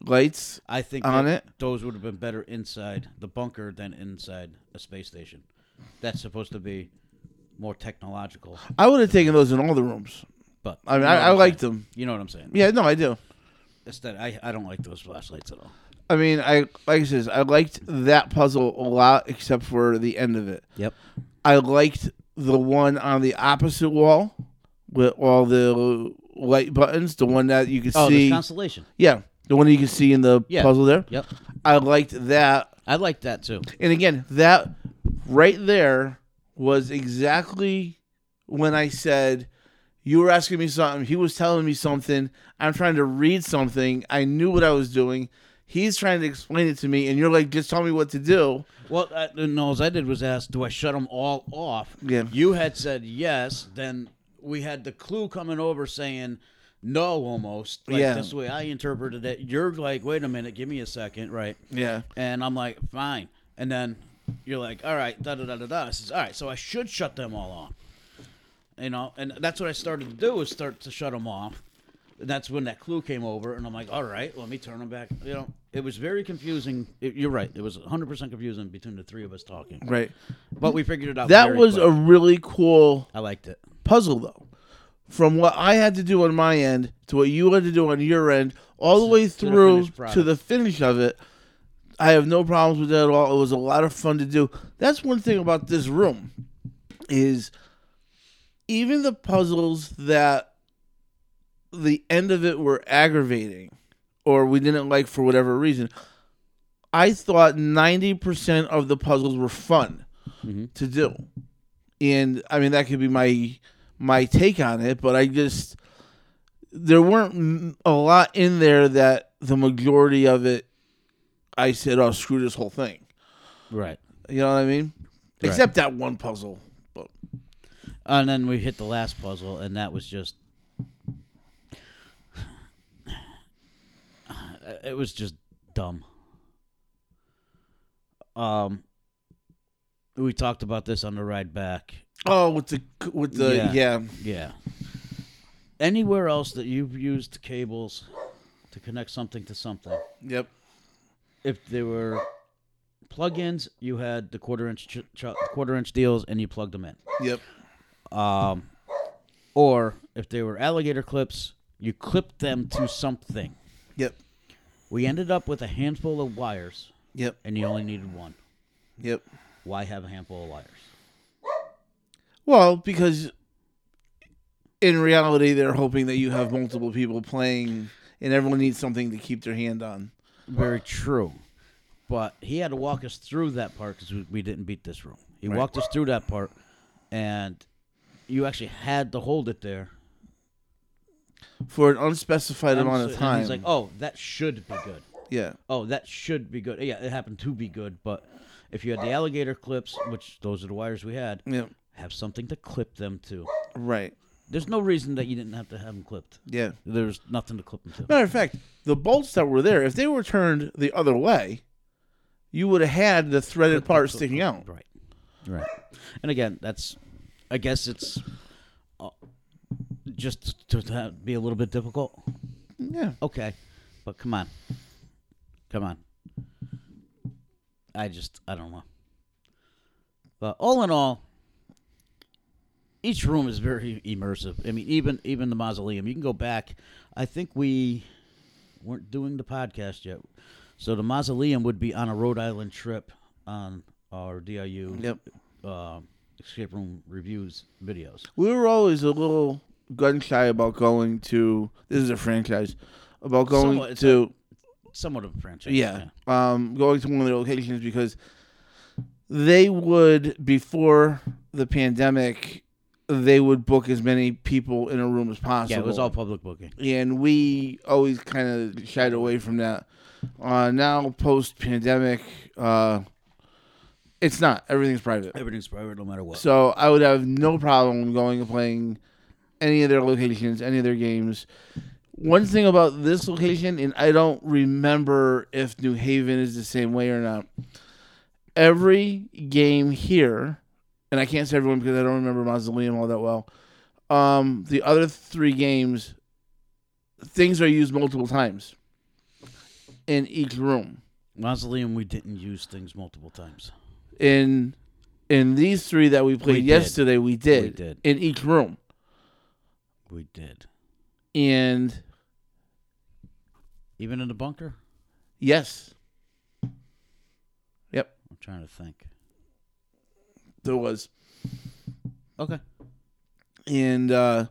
[SPEAKER 5] lights.
[SPEAKER 4] I think
[SPEAKER 5] on
[SPEAKER 4] that
[SPEAKER 5] it?
[SPEAKER 4] those would have been better inside the bunker than inside a space station. That's supposed to be more technological.
[SPEAKER 5] I would have taken those in all the rooms.
[SPEAKER 4] But
[SPEAKER 5] I mean,
[SPEAKER 4] you know
[SPEAKER 5] I,
[SPEAKER 4] what
[SPEAKER 5] I
[SPEAKER 4] I'm
[SPEAKER 5] liked
[SPEAKER 4] saying.
[SPEAKER 5] them.
[SPEAKER 4] You know what I'm saying?
[SPEAKER 5] Yeah, no, I do.
[SPEAKER 4] It's that I, I don't like those flashlights at all.
[SPEAKER 5] I mean, I like I says, I liked that puzzle a lot, except for the end of it.
[SPEAKER 4] Yep.
[SPEAKER 5] I liked the one on the opposite wall with all the light buttons, the one that you could
[SPEAKER 4] Oh,
[SPEAKER 5] see.
[SPEAKER 4] the constellation.
[SPEAKER 5] Yeah, the one you can see in the
[SPEAKER 4] Yeah.
[SPEAKER 5] puzzle there.
[SPEAKER 4] Yep.
[SPEAKER 5] I liked that,
[SPEAKER 4] I like that too.
[SPEAKER 5] and again, that right there was exactly when I said you were asking me something. He was telling me something. I'm trying to read something. I knew what I was doing. He's trying to explain it to me, and you're like, just tell me what to do.
[SPEAKER 4] Well, I, no, all I did was ask, do I shut them all off?
[SPEAKER 5] Yeah.
[SPEAKER 4] You had said yes. Then we had the clue coming over saying no almost. Like,
[SPEAKER 5] Yeah.
[SPEAKER 4] That's the way I interpreted it. You're like, wait a minute, give me a second, right?
[SPEAKER 5] Yeah.
[SPEAKER 4] And I'm like, fine. And then you're like, all right, da da da da da. I says, all right, so I should shut them all off. You know, and that's what I started to do was start to shut them off. And that's when that clue came over, and I'm like, all right, let me turn them back. You know, it was very confusing. It- you're right. It was 100% confusing between the three of us talking.
[SPEAKER 5] Right.
[SPEAKER 4] But we figured it out.
[SPEAKER 5] That
[SPEAKER 4] very
[SPEAKER 5] was
[SPEAKER 4] quick.
[SPEAKER 5] a really cool
[SPEAKER 4] I liked it.
[SPEAKER 5] puzzle though. From what I had to do on my end to what you had to do on your end, all the way
[SPEAKER 4] to the
[SPEAKER 5] through
[SPEAKER 4] finished product.
[SPEAKER 5] to the finish of it, I have no problems with that at all. It was a lot of fun to do. That's one thing about this room is even the puzzles that the end of it were aggravating or we didn't like for whatever reason, I thought 90% of the puzzles were fun
[SPEAKER 4] Mm-hmm.
[SPEAKER 5] to do. And I mean that could be my my take on it, but I just there weren't m- a lot in there that the majority of it I said, "Oh, screw this whole thing."
[SPEAKER 4] Right.
[SPEAKER 5] You know what I mean? Except that one puzzle
[SPEAKER 4] But and then we hit the last puzzle, and that was just it was just dumb. Um, we talked about this on the ride back.
[SPEAKER 5] Oh, with the with the yeah. yeah.
[SPEAKER 4] Yeah. Anywhere else that you've used cables to connect something to something,
[SPEAKER 5] Yep.
[SPEAKER 4] if there were plug-ins, you had the quarter inch ch- ch- quarter inch deals, and you plugged them in.
[SPEAKER 5] Yep.
[SPEAKER 4] Um, or if they were alligator clips, you clipped them to something.
[SPEAKER 5] Yep.
[SPEAKER 4] We ended up with a handful of wires,
[SPEAKER 5] Yep.
[SPEAKER 4] and you only needed one.
[SPEAKER 5] Yep.
[SPEAKER 4] Why have a handful of wires?
[SPEAKER 5] Well, because in reality, they're hoping that you have multiple people playing, and everyone needs something to keep their hand on.
[SPEAKER 4] Very true. But he had to walk us through that part because we, we didn't beat this room. He
[SPEAKER 5] Right.
[SPEAKER 4] walked us through that part, and you actually had to hold it there.
[SPEAKER 5] for an unspecified amount
[SPEAKER 4] And
[SPEAKER 5] of
[SPEAKER 4] so-
[SPEAKER 5] time.
[SPEAKER 4] and He's like, oh, that should be good.
[SPEAKER 5] yeah,
[SPEAKER 4] Oh, that should be good. Yeah, it happened to be good, but if you had the alligator clips, which those are the wires we had,
[SPEAKER 5] yeah,
[SPEAKER 4] have something to clip them to.
[SPEAKER 5] right,
[SPEAKER 4] There's no reason that you didn't have to have them clipped.
[SPEAKER 5] yeah.
[SPEAKER 4] There's nothing to clip them to.
[SPEAKER 5] Matter of fact, the bolts that were there, if they were turned the other way, you would have had the threaded part sticking out.
[SPEAKER 4] Right. Right. And again, that's, I guess it's uh, just to, to be a little bit difficult.
[SPEAKER 5] Yeah,
[SPEAKER 4] Okay. But come on. Come on. I just, I don't know. But all in all, each room is very immersive. I mean, even even the mausoleum. You can go back. I think we weren't doing the podcast yet, so the mausoleum would be on a Rhode Island trip on our DIU
[SPEAKER 5] Yep.
[SPEAKER 4] uh, escape room reviews videos.
[SPEAKER 5] we were always a little gun shy about going to. This is a franchise about going
[SPEAKER 4] Somewhat, it's
[SPEAKER 5] to.
[SPEAKER 4] Somewhat of a franchise.
[SPEAKER 5] yeah, um, going to one of their locations because they would before the pandemic. They would book as many people in a room as possible.
[SPEAKER 4] yeah. It was all public booking.
[SPEAKER 5] and we always kind of shied away from that. Uh, now, post pandemic, uh, it's not. Everything's private.
[SPEAKER 4] Everything's private, no matter what.
[SPEAKER 5] So I would have no problem going and playing any of their locations, any of their games. One thing about this location, and I don't remember if New Haven is the same way or not. Every game here, and I can't say everyone because I don't remember Mausoleum all that well. Um, the other three games, things are used multiple times in each room.
[SPEAKER 4] Mausoleum, we didn't use things multiple times.
[SPEAKER 5] in in these three that we played
[SPEAKER 4] did.
[SPEAKER 5] yesterday we did,
[SPEAKER 4] We did.
[SPEAKER 5] in each room
[SPEAKER 4] We did.
[SPEAKER 5] and
[SPEAKER 4] Even in the bunker?
[SPEAKER 5] yes yep
[SPEAKER 4] I'm trying to think.
[SPEAKER 5] there was
[SPEAKER 4] Okay.
[SPEAKER 5] and uh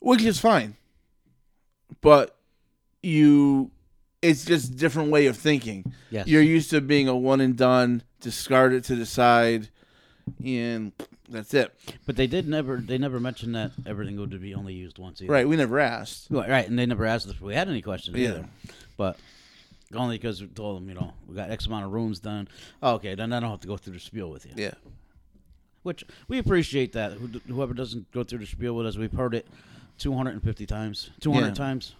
[SPEAKER 5] which is fine but you it's just a different way of thinking
[SPEAKER 4] Yes.
[SPEAKER 5] you're used to being a one and done discard it to the side and that's it
[SPEAKER 4] but they did never they never mentioned that everything would be only used once either.
[SPEAKER 5] right we never asked
[SPEAKER 4] Right, right, and they never asked if we had any questions
[SPEAKER 5] Yeah.
[SPEAKER 4] either. But only because we told them, you know, we got X amount of rooms done. Oh, okay, then I don't have to go through the spiel with you.
[SPEAKER 5] yeah
[SPEAKER 4] Which we appreciate that. Who- Whoever doesn't go through the spiel with us, we've heard it 250 times, 200
[SPEAKER 5] Yeah.
[SPEAKER 4] times.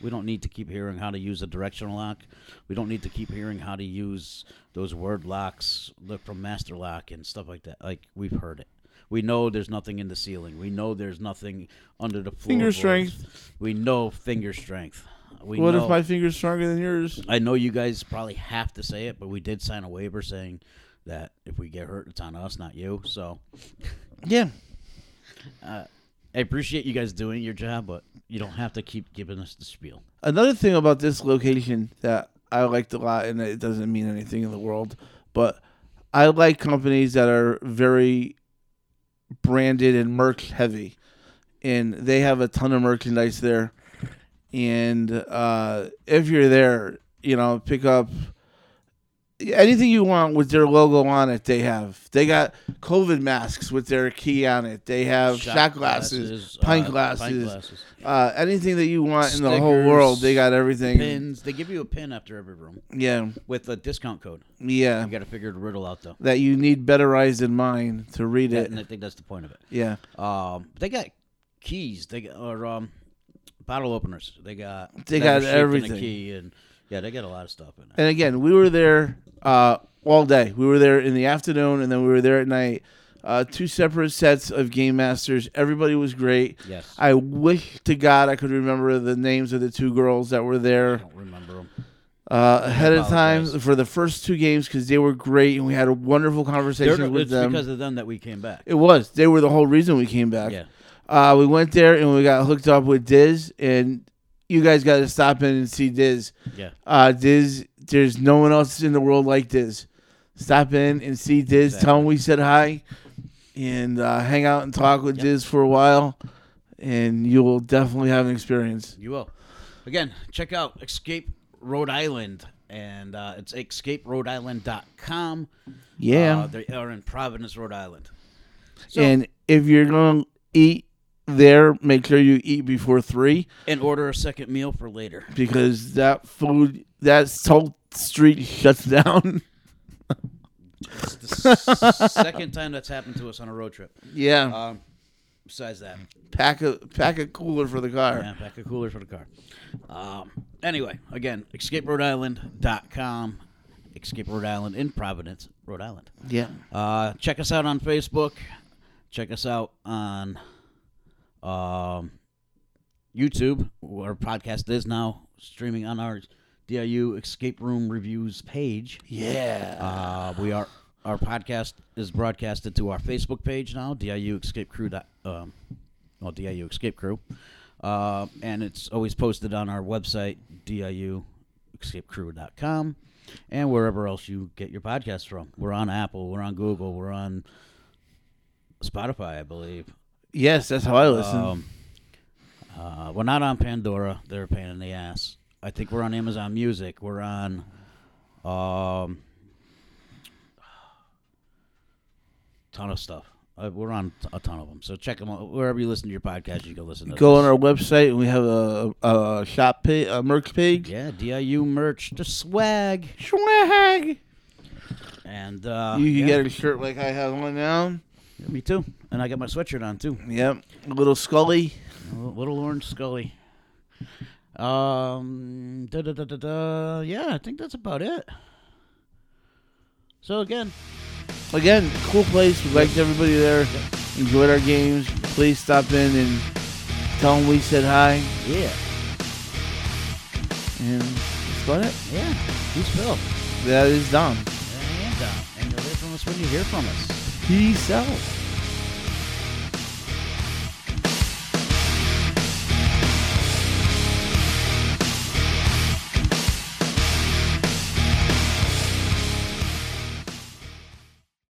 [SPEAKER 4] We don't need to keep hearing how to use a directional lock. We don't need to keep hearing how to use those word locks li- from Master Lock and stuff like that. Like we've heard it. We know there's nothing in the ceiling. We know there's nothing under the floor.
[SPEAKER 5] Finger strength.
[SPEAKER 4] We know finger strength. We
[SPEAKER 5] what
[SPEAKER 4] know,
[SPEAKER 5] if my finger's stronger than yours
[SPEAKER 4] I know you guys probably have to say it, but we did sign a waiver saying that if we get hurt, it's on us, not you. So
[SPEAKER 5] yeah
[SPEAKER 4] I appreciate you guys doing your job, but you don't have to keep giving us the spiel.
[SPEAKER 5] Another thing about this location that I liked a lot, and it doesn't mean anything in the world, but I like companies that are very branded and merch heavy, and they have a ton of merchandise there. And uh, if you're there, you know, pick up anything you want with their logo on it, they have. They got COVID masks with their key on it. They have shot, glasses, pint,
[SPEAKER 4] uh,
[SPEAKER 5] glasses,
[SPEAKER 4] pint glasses.
[SPEAKER 5] Uh, anything that you want in the whole world. They got everything.
[SPEAKER 4] pins. They give you a pin after every room
[SPEAKER 5] Yeah,
[SPEAKER 4] with a discount code.
[SPEAKER 5] yeah.
[SPEAKER 4] You got to figure the riddle out though.
[SPEAKER 5] that you need better eyes than mine to read it.
[SPEAKER 4] And I think that's the point of it.
[SPEAKER 5] Yeah,
[SPEAKER 4] Um, they got keys. They got or um, bottle openers. They got
[SPEAKER 5] They
[SPEAKER 4] that are
[SPEAKER 5] got
[SPEAKER 4] shaped in a
[SPEAKER 5] everything.
[SPEAKER 4] key and yeah, they got a lot of stuff in it.
[SPEAKER 5] and again, we were there uh, all day. We were there in the afternoon, and then we were there at night. Uh, two separate sets of game masters. Everybody was great.
[SPEAKER 4] Yes.
[SPEAKER 5] I wish to God I could remember the names of the two girls that were there.
[SPEAKER 4] I don't remember them.
[SPEAKER 5] uh, ahead of time
[SPEAKER 4] apologize.
[SPEAKER 5] for the first two games because they were great and we had a wonderful conversation with
[SPEAKER 4] it's
[SPEAKER 5] them.
[SPEAKER 4] because of them that we came back.
[SPEAKER 5] it was they were the whole reason we came back.
[SPEAKER 4] Yeah.
[SPEAKER 5] Uh, we went there and we got hooked up with Diz and you guys got to stop in and see Diz.
[SPEAKER 4] Yeah.
[SPEAKER 5] Uh, Diz, there's no one else in the world like Diz. Stop in and see Diz. Tell him we said hi and uh, hang out and talk with Diz for a while, and you will definitely have an experience.
[SPEAKER 4] You will. Again, check out Escape Rhode Island, and uh, it's escapeRhodeIsland.com.
[SPEAKER 5] Yeah.
[SPEAKER 4] Uh, they are in Providence, Rhode Island. So, and,
[SPEAKER 5] and if you're going to eat there, make sure you eat before three
[SPEAKER 4] order a second meal for later.
[SPEAKER 5] because that food, that salt street shuts down.
[SPEAKER 4] It's the s- second time that's happened to us on a road trip.
[SPEAKER 5] yeah.
[SPEAKER 4] Um, besides that,
[SPEAKER 5] pack a pack a cooler for the car.
[SPEAKER 4] yeah, pack a cooler for the car. Um, anyway, again, escapeRhodeIsland.com, Escape Rhode Island in Providence, Rhode Island.
[SPEAKER 5] Yeah.
[SPEAKER 4] Uh, check us out on Facebook. Check us out on um, YouTube, where our podcast is now streaming on our DIU Escape Room Reviews page.
[SPEAKER 5] Yeah.
[SPEAKER 4] Uh, we are our podcast is broadcasted to our Facebook page now, DIU Escape Crew. dot- Um, well, DIU Escape Crew, uh, and it's always posted on our website, DIU com, and wherever else you get your podcasts from. We're on Apple, we're on Google, we're on Spotify, I believe.
[SPEAKER 5] yes, that's how I listen.
[SPEAKER 4] Um, uh, we're not on Pandora; they're a pain in the ass. I think we're on Amazon Music. We're on. Um, ton of stuff. Uh, we're on t- a ton of them. So check them out. Wherever you listen to your podcast, you can listen to
[SPEAKER 5] Go
[SPEAKER 4] this.
[SPEAKER 5] on our website and we have a, a shop page, a merch page.
[SPEAKER 4] Yeah, DIU merch, the swag.
[SPEAKER 5] Swag.
[SPEAKER 4] And uh,
[SPEAKER 5] You can
[SPEAKER 4] yeah,
[SPEAKER 5] get a shirt like I have on now.
[SPEAKER 4] me too. And I got my sweatshirt on too.
[SPEAKER 5] Yep. A little Scully.
[SPEAKER 4] A Little Orange Scully. Um, da, da, da, da, da. yeah, I think that's about it. So again,
[SPEAKER 5] Again, cool place. We liked everybody there. Enjoyed our games. Please stop in and tell them we said hi.
[SPEAKER 4] yeah,
[SPEAKER 5] And that's about it.
[SPEAKER 4] yeah, he's Phil.
[SPEAKER 5] That is Dom.
[SPEAKER 4] And, uh, and you'll hear from us when you hear from us.
[SPEAKER 5] Peace out.